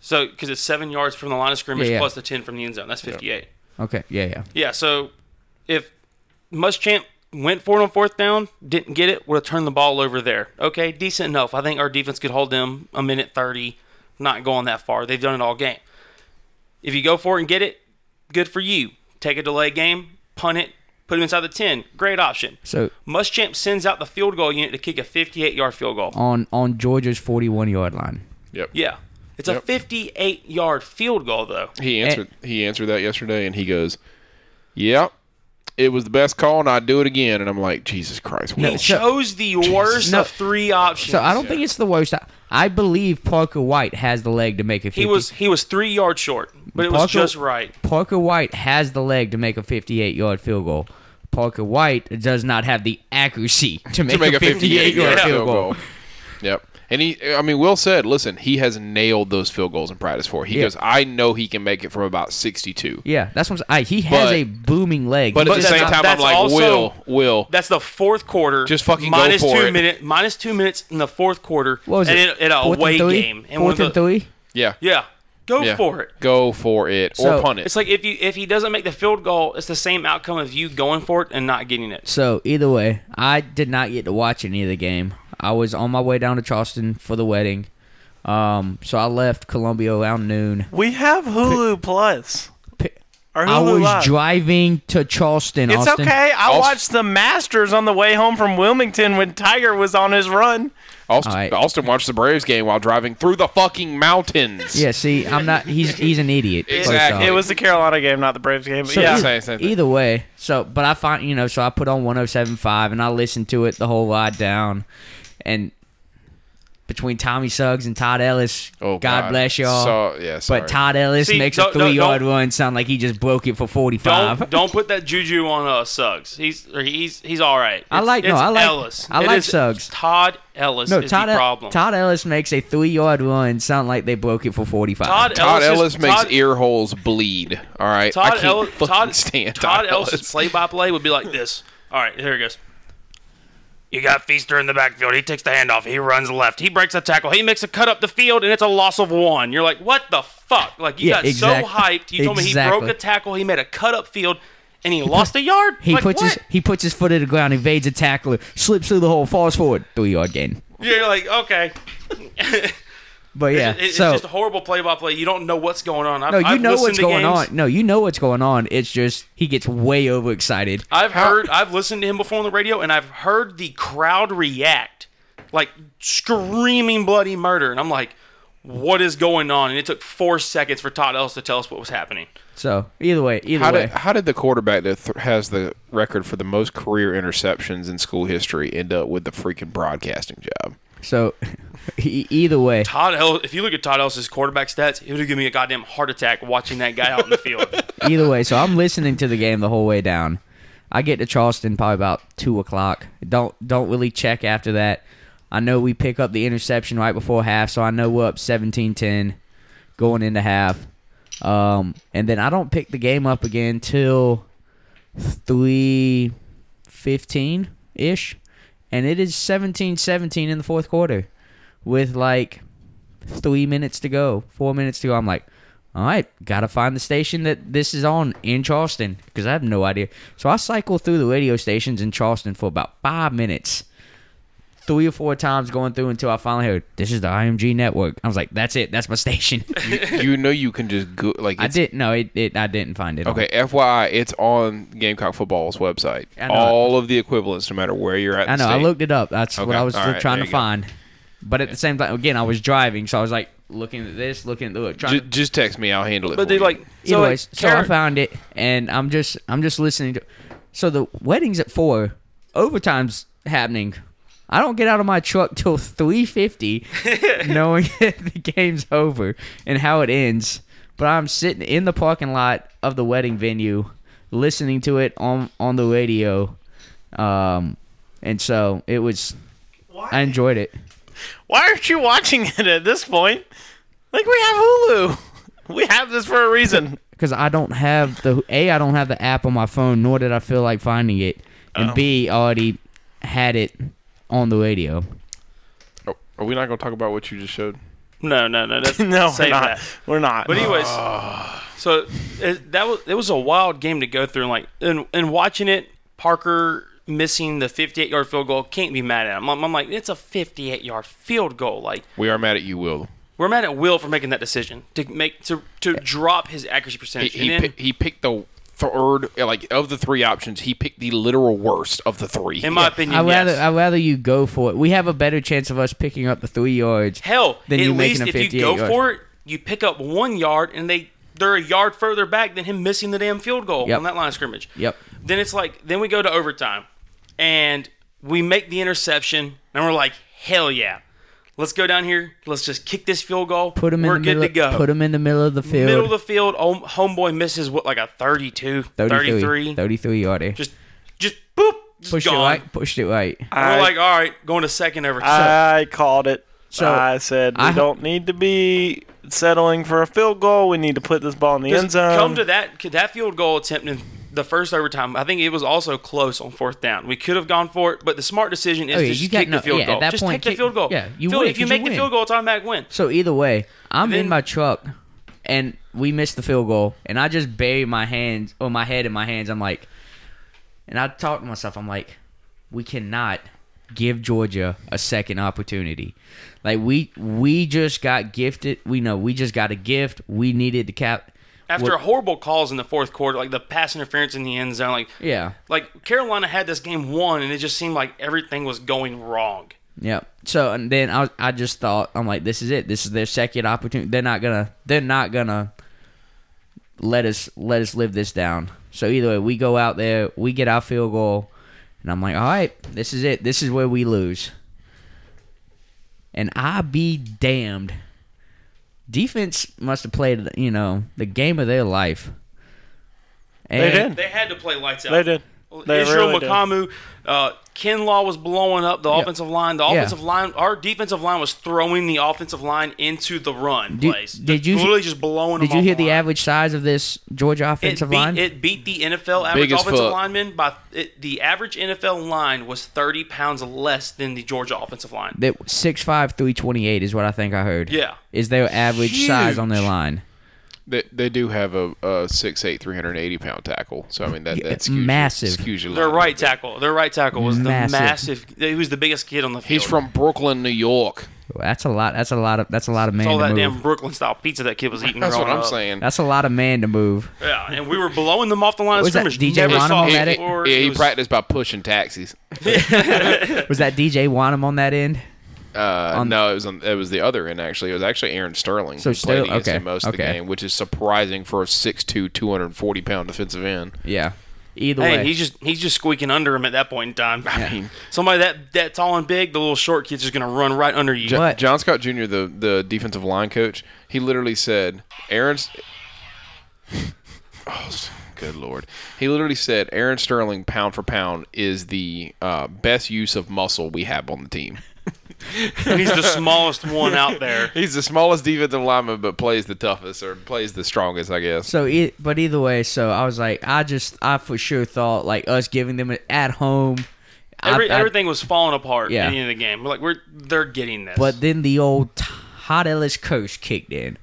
S1: So because it's seven yards from the line of scrimmage
S5: Yeah, yeah.
S1: plus the ten from the end zone. That's fifty eight.
S5: okay, yeah, yeah.
S1: Yeah, so if Muschamp went for it on fourth down, didn't get it, would have turned the ball over there. Okay, decent enough. I think our defense could hold them a minute 30, not going that far. They've done it all game. If you go for it and get it, good for you. Take a delay game, punt it, put him inside the 10. Great option.
S5: So
S1: Muschamp sends out the field goal unit to kick a 58 yard field goal.
S5: on on Georgia's 41 yard line.
S3: Yep.
S1: Yeah. It's a
S3: Yep.
S1: 58 yard field goal, though.
S5: Eh.
S3: He answered he answered that yesterday and he goes, "Yep. It was the best call and I'd do it again." And I'm like, "Jesus Christ." Will."
S1: He chose the worst
S5: No.
S1: of three options.
S5: So I don't think it's the worst. I, I believe Parker White has the leg to make a 50.
S1: He was he was three yards short, but it was
S5: Parker-
S1: just right.
S5: Parker White has the leg to make a 58 yard field goal. Parker White does not have the accuracy to make,
S3: to make a 58 yard
S5: yard
S3: field goal. Yep. And he, I mean, Will said, listen, he has nailed those field goals in practice for. He
S6: Yeah.
S3: goes, I know he can make it from about 62.
S6: Yeah, that's what I'm saying. I, he has
S3: But-
S6: a booming leg.
S3: But,
S6: He
S3: at the
S6: just-
S3: same
S1: that's-
S3: time, I'm
S1: that's
S3: like,
S1: also-
S3: Will, Will.
S1: That's the fourth quarter.
S3: Just fucking go
S1: minus
S3: for
S1: two
S3: it.
S1: minute- minus two minutes in the fourth quarter.
S6: what was
S1: and
S6: it?
S1: In, in a
S6: Fourth and
S1: away
S6: three?
S1: game. And one
S6: Fourth
S1: of
S6: and
S1: the-
S6: three.
S3: Yeah.
S1: Yeah, go
S3: yeah.
S1: for it.
S3: Go for it. or
S6: So-
S3: punt it.
S1: It's like if you if he doesn't make the field goal, it's the same outcome of you going for it and not getting it.
S2: So either way, I did not get to watch any of the game. I was on my way down to Charleston for the wedding, um, so I left Columbia around noon.
S4: We have Hulu Plus.
S2: Pi-
S4: Or Hulu
S2: I was
S4: Live.
S2: driving to Charleston.
S4: It's
S2: Austin.
S4: okay. I
S3: Austin-
S4: watched the Masters on the way home from Wilmington when Tiger was on his run.
S3: Austin,
S2: All right.
S3: Austin watched the Braves game while driving through the fucking mountains.
S2: Yeah, see, I'm not. He's he's an idiot. first
S3: Exactly.
S2: off.
S4: It was the Carolina game, not the Braves game. But
S2: So e-
S4: yeah.
S2: either,
S3: Same- same thing.
S2: either way, so but I find you know, so I put on 107.5 and I listened to it the whole ride down, and between Tommy Suggs and Todd Ellis,
S3: Oh,
S2: God,
S3: God.
S2: bless y'all.
S3: So- yeah, sorry.
S2: but Todd Ellis
S1: See,
S2: makes
S1: don't-
S2: a
S1: don't-
S2: three yard
S1: don't-
S2: run sound like he just broke it for 45.
S1: Don't don't put that juju on uh, Suggs. He's or he's he's all right.
S2: I
S1: It's-
S2: like- no,
S1: it's
S2: I like-
S1: Ellis.
S2: I
S1: It
S2: like
S1: is
S2: Suggs.
S1: Todd Ellis
S2: no,
S1: is
S2: Todd,
S1: the
S2: El-
S1: problem.
S2: Todd Ellis makes a three yard run sound like they broke it for 45.
S1: Todd
S3: Todd
S1: is-
S3: Ellis maklis makes
S1: Todd-
S3: ear holes bleed. All right, I
S1: Todd
S3: can't
S1: Ellis.
S3: fucking
S1: Todd,
S3: stand
S1: Todd Ellis'
S3: Ellis.
S1: play by play would be like this. All right, here it goes. You got Feaster in the backfield. He takes the handoff. He runs left. He breaks a tackle. He makes a cut up the field, and it's a loss of one. You're like, what the fuck? Like you
S2: Yeah,
S1: got
S2: exactly.
S1: so hyped. You told me he
S2: Exactly.
S1: broke a tackle. He made a cut up field, and he, lost a yard.
S2: he
S1: like,
S2: puts
S1: what?
S2: his he puts his foot to the ground, evades a tackler, slips through the hole, falls forward, three yard gain.
S1: Yeah, you're like, okay.
S2: But yeah,
S1: It- it's
S2: so
S1: just a horrible play by play. You don't know what's going on. I've,
S2: No, you
S1: I've
S2: know
S1: listened
S2: what's
S1: to
S2: going
S1: games.
S2: on. No, you know what's going on. It's just he gets way overexcited.
S1: I've heard, I've listened to him before on the radio, and I've heard the crowd react like screaming bloody murder. And I'm like, what is going on? And it took four seconds for Todd Ellis to tell us what was happening.
S2: So either way, either
S3: How
S2: way,
S3: did, how did the quarterback that th- has the record for the most career interceptions in school history end up with the freaking broadcasting job?
S2: so e- either way,
S1: Todd Ellis, if you look at Todd Ellis's quarterback stats, it would give me a goddamn heart attack watching that guy out in the field.
S2: either way. So I'm listening to the game the whole way down. I get to Charleston probably about two o'clock. Don't don't really check after that. I know we pick up the interception right before half, so I know we're up 17-10 going into half. Um, and then I don't pick the game up again till three fifteen ish, and it is 17-17 in the fourth quarter, with like three minutes to go, four minutes to go. I'm like, all right, gotta find the station that this is on in Charleston because I have no idea. So I cycle through the radio stations in Charleston for about five minutes, three or four times going through until I finally heard this is the IMG network. I was like, that's it, that's my station.
S3: You, you know you can just go like
S2: I
S3: it's,
S2: didn't. No, it, it. I didn't find it. on.
S3: Okay, FYI, it's on Gamecock Football's website.
S2: I know.
S3: All of the equivalents, no matter where you're at. in
S2: I
S3: the
S2: know. I
S3: state.
S2: looked it up. That's what
S3: Okay,
S2: I was
S3: all
S2: still
S3: right,
S2: trying
S3: there
S2: to
S3: you go.
S2: find. But at the same time, again, I was driving, so I was like looking at this, looking at the trying.
S3: Ju-
S2: to-
S3: just text me. I'll handle it.
S1: But
S3: for
S1: they
S3: you.
S1: like, so,
S2: so,
S1: like,
S2: Anyways, so I
S1: Karen-
S2: found it, and I'm just I'm just listening to. So the wedding's at four, overtime's happening. I don't get out of my truck till three fifty, knowing that the game's over and how it ends. But I'm sitting in the parking lot of the wedding venue, listening to it on on the radio, um, and so it was. I enjoyed it.
S4: Why aren't you watching it at this point? Like, we have Hulu. We have this for a reason.
S2: because I don't have the a I don't have the app on my phone, nor did I feel like finding it,
S1: Oh.
S2: and b already had it on the radio.
S3: Oh, are we not going to talk about what you just showed?
S1: no, no, no, that's,
S4: No, we're
S1: save
S4: not.
S1: that.
S4: We're not.
S1: But anyways,
S3: Ah.
S1: so it, that was it was a wild game to go through, and like and, and watching it, Parker missing the 58 yard field goal can't be mad at him. I'm, I'm like, it's a 58 yard field goal. Like
S3: We are mad at you, Will.
S1: we're mad at Will for making that decision to make to to drop his accuracy percentage.
S3: He, he,
S1: and then,
S3: pi- he picked the third, like of the three options, he picked the literal worst of the three.
S1: in my opinion,
S2: I rather
S1: yes.
S2: I rather you go for it. We have a better chance of us picking up the three yards.
S1: Hell,
S2: than
S1: at
S2: you making
S1: least
S2: a
S1: if you
S2: 58
S1: go
S2: yard.
S1: for it, you pick up one yard, and they they're a yard further back than him missing the damn field goal
S2: Yep.
S1: on that line of scrimmage.
S2: Yep.
S1: Then it's like then we go to overtime, and we make the interception, and we're like, hell yeah, let's go down here, let's just kick this field goal.
S2: put them in
S1: we're
S2: the
S1: good
S2: middle.
S1: to go.
S2: Put them in the middle of the field.
S1: middle of the field. home- Homeboy misses what like a 32, 33.
S2: 33 yarder.
S1: Just just boop, just
S2: pushed
S1: gone.
S2: it right. Pushed it right.
S1: And We're like, all right, going to second overtime.
S4: I called it.
S2: So
S4: I said we
S2: I-
S4: don't need to be settling for a field goal. We need to put this ball in the end
S1: Just Come
S4: zone.
S1: to that that field goal attempt in the first overtime. I think it was also close on fourth down. We could have gone for it, but the smart decision is
S2: Oh,
S1: to
S2: yeah,
S1: just
S2: you got
S1: kick
S2: no-
S1: the field
S2: yeah, at
S1: goal.
S2: that
S1: just
S2: point,
S1: take the
S2: kick-
S1: field goal.
S2: yeah, you
S1: Field-
S2: win,
S1: if you
S2: 'cause
S1: make
S2: you
S1: the
S2: win.
S1: field goal, it's automatic win.
S2: So either way, I'm
S1: then-
S2: in my truck, and we missed the field goal, and I just bury my hands or my head in my hands. I'm like, and I talk to myself. I'm like, we cannot give Georgia a second opportunity. Like we we just got gifted. We know we just got a gift. We needed to cap.
S1: After
S2: what-
S1: horrible calls in the fourth quarter, like the pass interference in the end zone, like
S2: yeah,
S1: like Carolina had this game won, and it just seemed like everything was going wrong.
S2: yeah. So and then I was- I just thought I'm like, this is it. This is their second opportunity. They're not gonna. They're not gonna let us let us live this down. So either way, we go out there, we get our field goal, and I'm like, all right, this is it. This is where we lose. And I be damned. Defense must have played, you know, the game of their life. And
S4: They did.
S1: They had to play lights out.
S4: They did. They
S1: Israel
S4: really did.
S1: Makamu, uh, Ken Law was blowing up the offensive line. The
S2: Yeah.
S1: offensive line, our defensive line was throwing the offensive line into the run
S2: Did-
S1: plays.
S2: did you-
S1: literally just blowing?
S2: Did
S1: them
S2: you
S1: off
S2: hear the
S1: line.
S2: average size of this Georgia
S1: It
S2: offensive
S1: beat,
S2: line?
S1: it beat the NFL average
S3: Big as
S1: offensive
S3: fuck.
S1: lineman by it, the average NFL line was 30 pounds less than the Georgia offensive line.
S2: that six five three twenty eight is what I think I heard.
S1: Yeah.
S2: is their average size on their line?
S3: They, they do have a, a 6'8", 380 pound tackle. So I mean that
S2: Yeah,
S3: that's skews your-
S2: massive.
S3: skews your
S1: Their
S3: line.
S1: right tackle, their right tackle was
S2: Massive.
S1: the massive. He was the biggest kid on the field.
S3: He's from Brooklyn, New York.
S2: That's a lot. That's a lot of. That's a lot of man
S1: It's all
S2: to
S1: that
S2: move.
S1: damn Brooklyn style pizza that kid was eating.
S3: That's what
S1: growing
S3: I'm
S1: up.
S3: saying.
S2: That's a lot of man to move.
S1: Yeah, and we were blowing them off the line of
S2: Was that
S1: scrimmage.
S2: DJ
S1: Never saw
S2: Wanamatic?
S1: it
S3: Yeah,
S2: It-
S1: before.
S3: yeah,
S1: It
S3: he
S1: was-
S3: practiced by pushing taxis.
S2: Was that DJ Wanham on that end?
S3: Uh, no, it was on, it was the other end actually. It was actually Aaron Sterling.
S2: So
S3: who
S2: Sterling-
S3: played against
S2: okay,
S3: him most of the
S2: okay.
S3: game, which is surprising for a 6'2", 240 pound defensive end.
S2: Yeah. Either
S1: Hey,
S2: way,
S1: he's just he's just squeaking under him at that point in time. I
S3: mean-
S1: somebody that that tall and big, the little short kid's just gonna run right under you.
S3: Jo-
S2: What?
S3: John Scott Jr., the the defensive line coach, he literally said, "Aaron's." Oh, s- good lord! He literally said, "Aaron Sterling, pound for pound, is the uh, best use of muscle we have on the team."
S1: And he's the smallest one out there.
S3: He's the smallest defensive lineman, but plays the toughest or plays the strongest, I guess.
S2: so. E- but either way, so I was like, I just, I for sure thought like us giving them it at home. I-
S1: Every,
S2: I-
S1: everything was falling apart
S2: Yeah.
S1: at the end of the game. We're like, we're they're getting this.
S2: But then the old t- hot Ellis curse kicked in.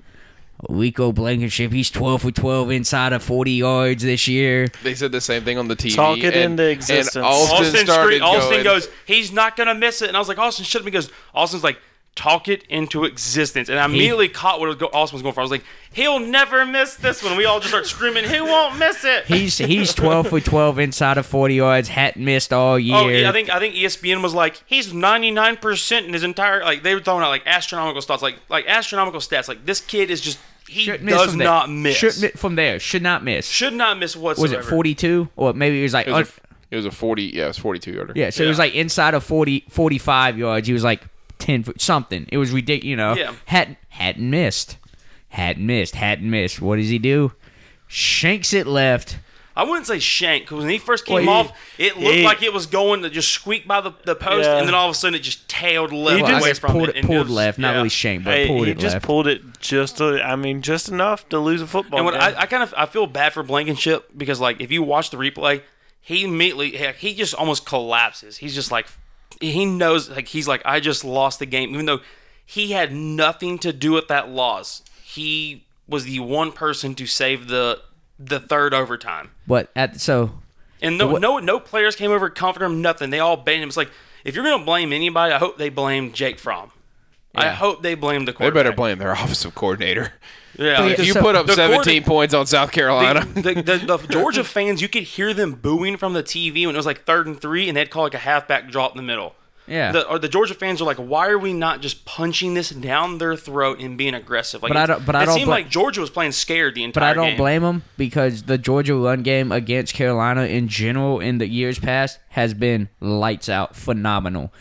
S2: Rico Blankenship, he's twelve for twelve inside of forty yards this year.
S3: They said the same thing on the TV.
S4: Talk it
S3: and-
S4: into existence.
S3: And Austin,
S1: Austin,
S3: started
S1: scree- Austin
S3: going,
S1: goes, he's not gonna miss it. And I was like, Austin should have because Austin's like, talk it into existence. And I immediately caught what go- Austin was going for. I was like, he'll never miss this one. We all just start screaming, he won't miss it.
S2: He's he's twelve for twelve inside of forty yards. Hadn't missed all year.
S1: Oh, yeah, I think I think ESPN was like he's ninety nine percent in his entire like they were throwing out like astronomical stats like like astronomical stats like this kid is just he
S2: Shouldn't miss
S1: does
S2: from there.
S1: not miss
S2: Should mi- from there. Should not miss.
S1: should not miss
S2: was
S1: whatsoever
S2: it forty two or maybe it was like
S3: It was,
S2: un-
S3: a, it was a forty. Yeah, it was forty-two yarder.
S2: yeah. So it was
S1: Yeah.
S2: like inside of 40, 45 yards. He was like ten foot something. It was ridiculous. You know.
S1: Yeah.
S2: Hadn't hadn't missed. Hadn't missed. Hadn't missed. What does he do? Shanks it left.
S1: I wouldn't say shank because when he first came
S4: Well, he-
S1: off it looked
S4: he-
S1: like it was going to just squeak by the, the post
S4: Yeah.
S1: and then all of a sudden it just tailed left
S2: Well, I
S1: away
S2: guess
S1: from
S2: pulled
S1: it, and
S2: pulled
S1: was-
S2: left. Not
S1: yeah.
S2: really Shane, but
S4: Hey,
S2: pulled
S4: he
S2: it
S4: just
S2: left.
S4: pulled it just. A, I mean, just enough to lose a football.
S1: And when
S4: game.
S1: I, I kind of I feel bad for Blankenship because like if you watch the replay, he immediately heck, he just almost collapses. He's just like he knows like he's like I just lost the game, even though he had nothing to do with that loss. He was the one person to save the the third overtime,
S2: but at so
S1: and no no no players came over to comfort him. Nothing. They all banned him. It's like if you're gonna blame anybody, I hope they blame Jake Fromm. I hope they blame the
S3: They
S1: quarterback.
S3: better blame their offensive coordinator.
S1: Yeah,
S2: Oh, Yeah,
S3: You
S2: So-
S3: put up
S1: The
S3: 17
S1: quarter-
S3: points on South Carolina.
S2: uh,
S1: the, the, the, the Georgia fans, you could hear them booing from the TV when it was like third and three, and they'd call like a halfback drop in the middle.
S2: Yeah.
S1: The, or the Georgia fans are like, why are we not just punching this down their throat and being aggressive? Like,
S2: But I
S1: it's-
S2: don't- but I
S1: it
S2: don't
S1: seemed
S2: bla-
S1: like Georgia was playing scared the entire
S2: But I don't
S1: game.
S2: blame them because the Georgia run game against
S3: Mm-hmm.
S2: Carolina in general in the years past has been lights out phenomenal.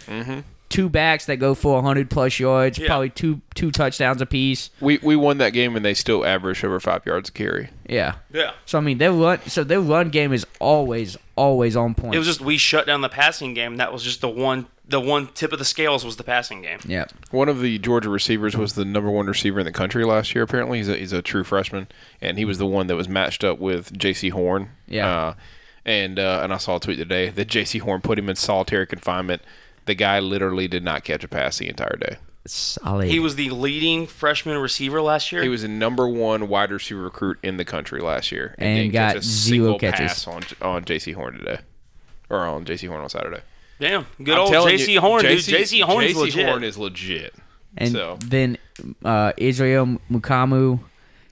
S2: two backs that go for 100 plus yards,
S1: Yeah.
S2: probably two two touchdowns apiece.
S3: We we won that game and they still averaged over five yards a carry.
S2: Yeah.
S1: Yeah.
S2: So I mean, their run so their run game is always always on point.
S1: It was just we shut down the passing game. That was just the one the one tip of the scales was the passing game.
S2: yeah.
S3: One of the Georgia receivers was the number one receiver in the country last year. Apparently, he's a, he's a true freshman, and he was the one that was matched up with J.C. Horn.
S2: Yeah.
S3: Uh, and uh, and I saw a tweet today that J.C. Horn put him in solitary confinement. The guy literally did not catch a pass the entire day.
S2: Solid.
S1: He was the leading freshman receiver last year.
S3: He was the number one wide receiver recruit in the country last year,
S2: And
S3: didn't
S2: got
S3: catch a
S2: zero
S3: single
S2: catches.
S3: pass on on J.C. Horn today, or on J.C. Horn on Saturday.
S1: Damn, good
S3: I'm
S1: old
S3: telling
S1: JC
S3: you,
S1: Horn, dude.
S3: JC
S1: JC Horn's
S3: JC
S1: legit.
S3: Horn is legit.
S2: and
S3: so
S2: then uh, Israel Mukamu,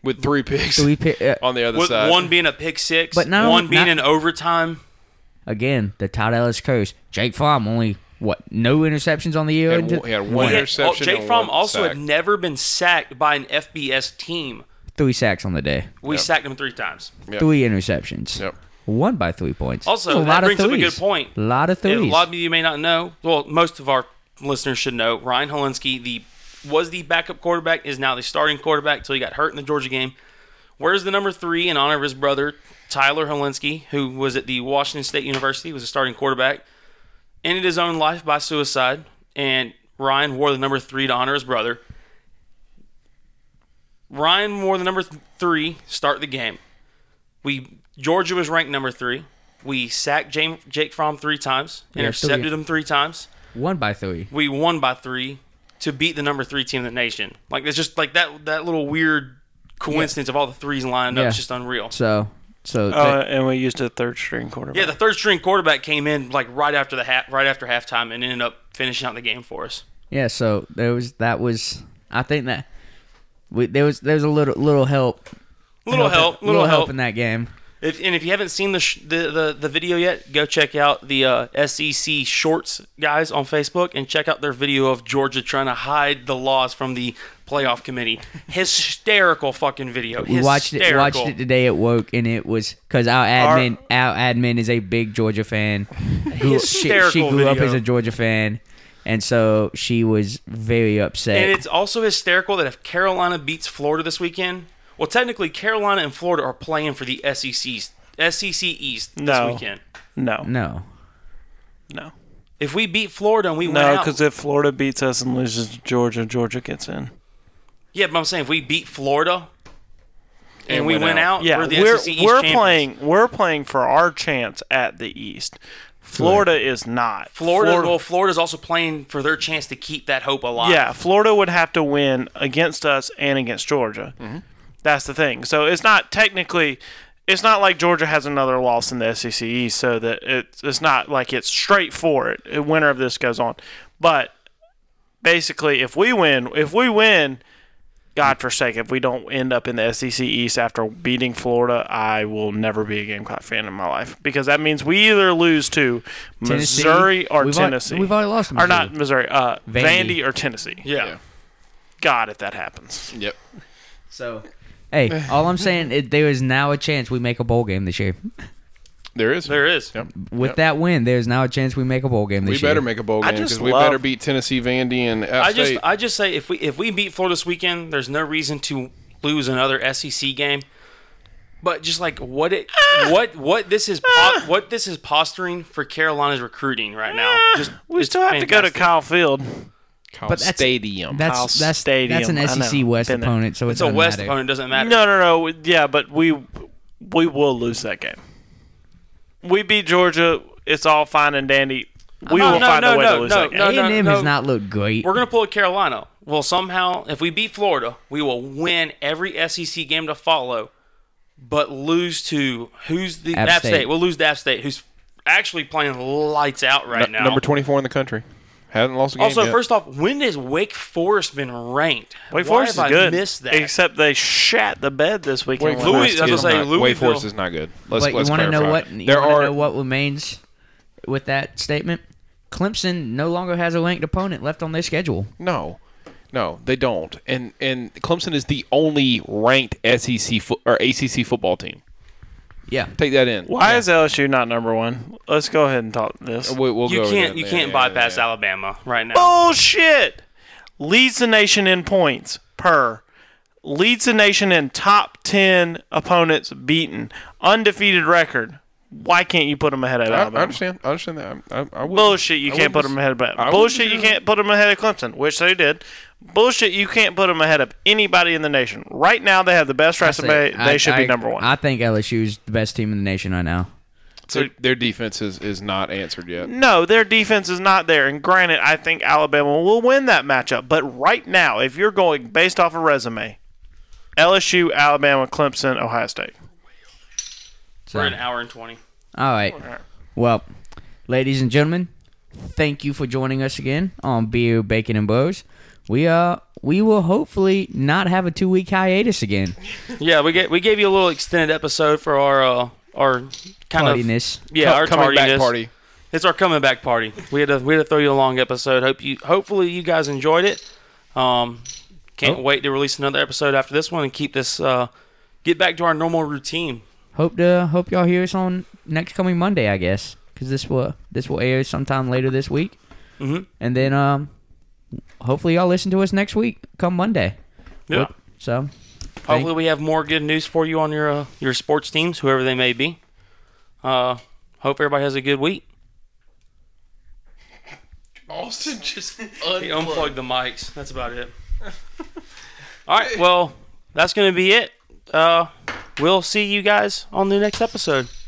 S3: with three picks
S2: three pi- uh,
S3: on the other
S1: with
S3: side,
S1: one being a pick six,
S2: But no,
S1: one being
S2: not-
S1: in overtime.
S2: again the Todd Ellis curse. Jake Fromm only what no interceptions on the year.
S3: had
S2: into-
S3: one- he had one
S1: He had- oh,
S3: interception.
S1: Jake
S3: and
S1: Fromm
S3: one
S1: also
S3: sack.
S1: had never been sacked by an FBS team.
S2: three sacks on the day,
S1: We
S3: Yeah.
S1: sacked him three times.
S3: Yep.
S2: three interceptions,
S3: Yep.
S2: one by three points.
S1: Also,
S2: That's
S1: that brings up a good point.
S2: A lot of
S1: And
S2: threes.
S1: A lot of you may not know. Well, most of our listeners should know. Ryan Helinski, the was the backup quarterback, is now the starting quarterback until he got hurt in the Georgia game. Where's the number three in honor of his brother Tyler Helinski, who was at the Washington State University, was a starting quarterback, ended his own life by suicide, and Ryan wore the number three to honor his brother. Ryan wore the number th- three. Start the game. We Georgia was ranked number three. We sacked Jame, Jake Fromm three times, intercepted
S2: three.
S1: him three times.
S2: one by three.
S1: We won by three to beat the number three team in the nation. Like it's just like that that little weird coincidence of all the threes lined up
S2: Yeah.
S1: is just unreal.
S2: So so
S4: Oh, and we used a third string quarterback.
S1: Yeah, the third string quarterback came in like right after the ha- right after halftime and ended up finishing out the game for us.
S2: Yeah, so there was that was I think that we, there was there was a little little help,
S1: Little help,
S2: little, help.
S1: help
S2: in that game.
S1: If, and if you haven't seen the, sh- the, the the video yet, go check out the uh, SEC Shorts guys on Facebook and check out their video of Georgia trying to hide the laws from the playoff committee. Hysterical fucking video.
S2: We watched it
S1: Hysterical.
S2: watched it today at woke, and it was because our admin our admin is a big Georgia fan. Grew- she, she
S1: Hysterical
S2: grew up
S1: video.
S2: as a Georgia fan, and so she was very upset.
S1: And it's also hysterical that if Carolina beats Florida this weekend, well, technically Carolina and Florida are playing for the E SEC's SEC East this
S4: No.
S1: weekend.
S4: No,
S2: no,
S4: no,
S1: If we beat Florida and we win
S4: no,
S1: out,
S4: because if Florida beats us and loses to Georgia, Georgia gets in.
S1: yeah, but I'm saying if we beat Florida and,
S3: And
S1: we
S3: win
S1: win
S3: out.
S1: out,
S4: Yeah,
S1: we're
S4: we're
S1: the
S4: we're,
S1: SEC East champions.
S4: playing we're playing for our chance at the East. Florida is not.
S1: Florida,
S4: Flor-
S1: well, Florida's also playing for their chance to keep that hope alive.
S4: Yeah, Florida would have to win against us and against Georgia. That's the thing. So it's not technically, it's not like Georgia has another loss in the SEC East, so that it's it's not like it's straight for it. The Winner of this goes on, but basically, if we win, if we win. God forsake, if we don't end up in the SEC East after beating Florida, I will never be a Gamecock fan in my life because that means we either lose to
S2: Tennessee?
S4: Missouri or
S2: We've already-
S4: Tennessee.
S2: we've already lost to
S4: Or not
S2: Missouri.
S4: Missouri, uh,
S2: Vandy.
S4: Vandy or Tennessee.
S1: yeah.
S3: Yeah.
S4: God, if that happens.
S3: Yep.
S2: so. Hey, all I'm saying is there is now a chance we make a bowl game this year.
S3: There is.
S1: There is.
S3: Yep.
S2: With
S3: Yep.
S2: that win, there's now a chance we make a bowl game
S3: we
S2: this year.
S3: better make a bowl
S4: I
S3: game
S4: just
S3: because we
S4: love-
S3: better beat Tennessee, Vandy, and App
S1: I just,
S3: State.
S1: I just say if we if we beat Florida this weekend, there's no reason to lose another SEC game. But just like what it,
S4: Ah.
S1: what what this is, po- what this is posturing for Carolina's recruiting right now. Just
S4: Ah, We
S1: it's
S4: still have to go to
S1: fantastic.
S4: Kyle Field.
S3: but
S2: that's-
S3: stadium.
S4: Kyle
S2: That's that's that's
S4: Stadium. I
S2: an SEC
S4: know.
S2: West
S4: Been there.
S2: opponent, so it
S1: It's a
S2: doesn't
S1: West
S2: matter.
S1: opponent. Doesn't matter.
S4: No, no, no. Yeah, but we we will lose that game. We beat Georgia. It's all fine and dandy. We
S1: No,
S4: will
S1: no,
S4: find
S1: no,
S4: a way
S1: no,
S4: to lose
S1: no,
S4: that game.
S1: no.
S2: A&M
S1: no.
S2: has not looked great.
S1: We're gonna pull a Carolina. Well, somehow, if we beat Florida, we will win every SEC game to follow, but lose to who's the
S2: App
S1: App, State.
S2: State.
S1: We'll lose to App State, who's actually playing lights out right
S3: Nu-
S1: now.
S3: Number twenty-four in the country. Hadn't lost a game
S1: also,
S3: yet.
S1: first off, when has Wake Forest been ranked?
S4: Wake
S1: Why
S4: Forest
S1: have
S4: is good.
S1: I missed that.
S4: Except they shat the bed this
S3: Wake
S4: weekend. with
S1: Louis-
S3: Forest,
S1: I was
S3: is
S1: gonna say,
S3: not- Wake
S1: Louisville-
S3: Forest is not good. Let's,
S2: But
S3: let's
S2: you want to know
S3: clarify.
S2: what you
S3: there
S2: wanna
S3: are.
S2: know what remains with that statement? Clemson no longer has a ranked opponent left on their schedule.
S3: No, no, they don't. E And and Clemson is the only ranked SEC fo- or ACC football team.
S2: Yeah.
S3: Take that in.
S4: Why is LSU not number one? Let's go ahead and talk this.
S3: We, we'll
S1: you
S3: go over
S1: can't
S3: that
S1: you
S3: then.
S1: can't
S3: Yeah, yeah,
S1: bypass
S3: yeah.
S1: Alabama right now.
S4: Bullshit. Leads the nation in points per. Leads the nation in top ten opponents beaten. Undefeated record. Why can't you put them ahead of Alabama?
S3: I, I understand. I understand that. I, I, I wouldn't-
S4: Bullshit, you
S3: I
S4: can't put
S3: wouldn't-
S4: them ahead of
S3: I wouldn't
S4: Bullshit, you
S3: do
S4: can't put them ahead of Clemson, which they did. Bullshit, you can't put them ahead of anybody in the nation. Right now, they have the best
S2: I say-
S4: resume.
S2: I-
S4: they should
S2: I-
S4: be number one.
S2: I think LSU is the best team in the nation right now.
S3: Their, their defense is, is not answered yet.
S4: no, their defense is not there. And granted, I think Alabama will win that matchup. But right now, if you're going based off a resume, LSU, Alabama, Clemson, Ohio State.
S2: So-
S1: We're an hour and twenty.
S2: All right. Well, ladies and gentlemen, thank you for joining us again on Beer, Bacon, and Bros. We uh we will hopefully not have a two week hiatus again.
S1: Yeah, we get we gave you a little extended episode for our uh, our kind
S2: Bloodiness.
S1: of yeah our
S3: Coming back
S1: tardiness.
S3: party.
S1: It's our coming back party. We had to we had to throw you a long episode. Hope you hopefully you guys enjoyed it. Um, can't wait to release another episode after this one and keep this uh, get back to our normal routine.
S2: Hope to hope y'all hear us on next coming Monday, I guess, because this will this will air sometime later this week,
S1: Mhm.
S2: and then um hopefully y'all listen to us next week come Monday.
S1: Yeah.
S2: Whoop. So
S1: Hopefully we have more good news for you on your uh, your sports teams, whoever they may be. Uh, hope everybody has a good week.
S3: Austin just
S1: He unplugged the mics. That's about it. All right. Well, that's going to be it. Uh, we'll see you guys on the next episode.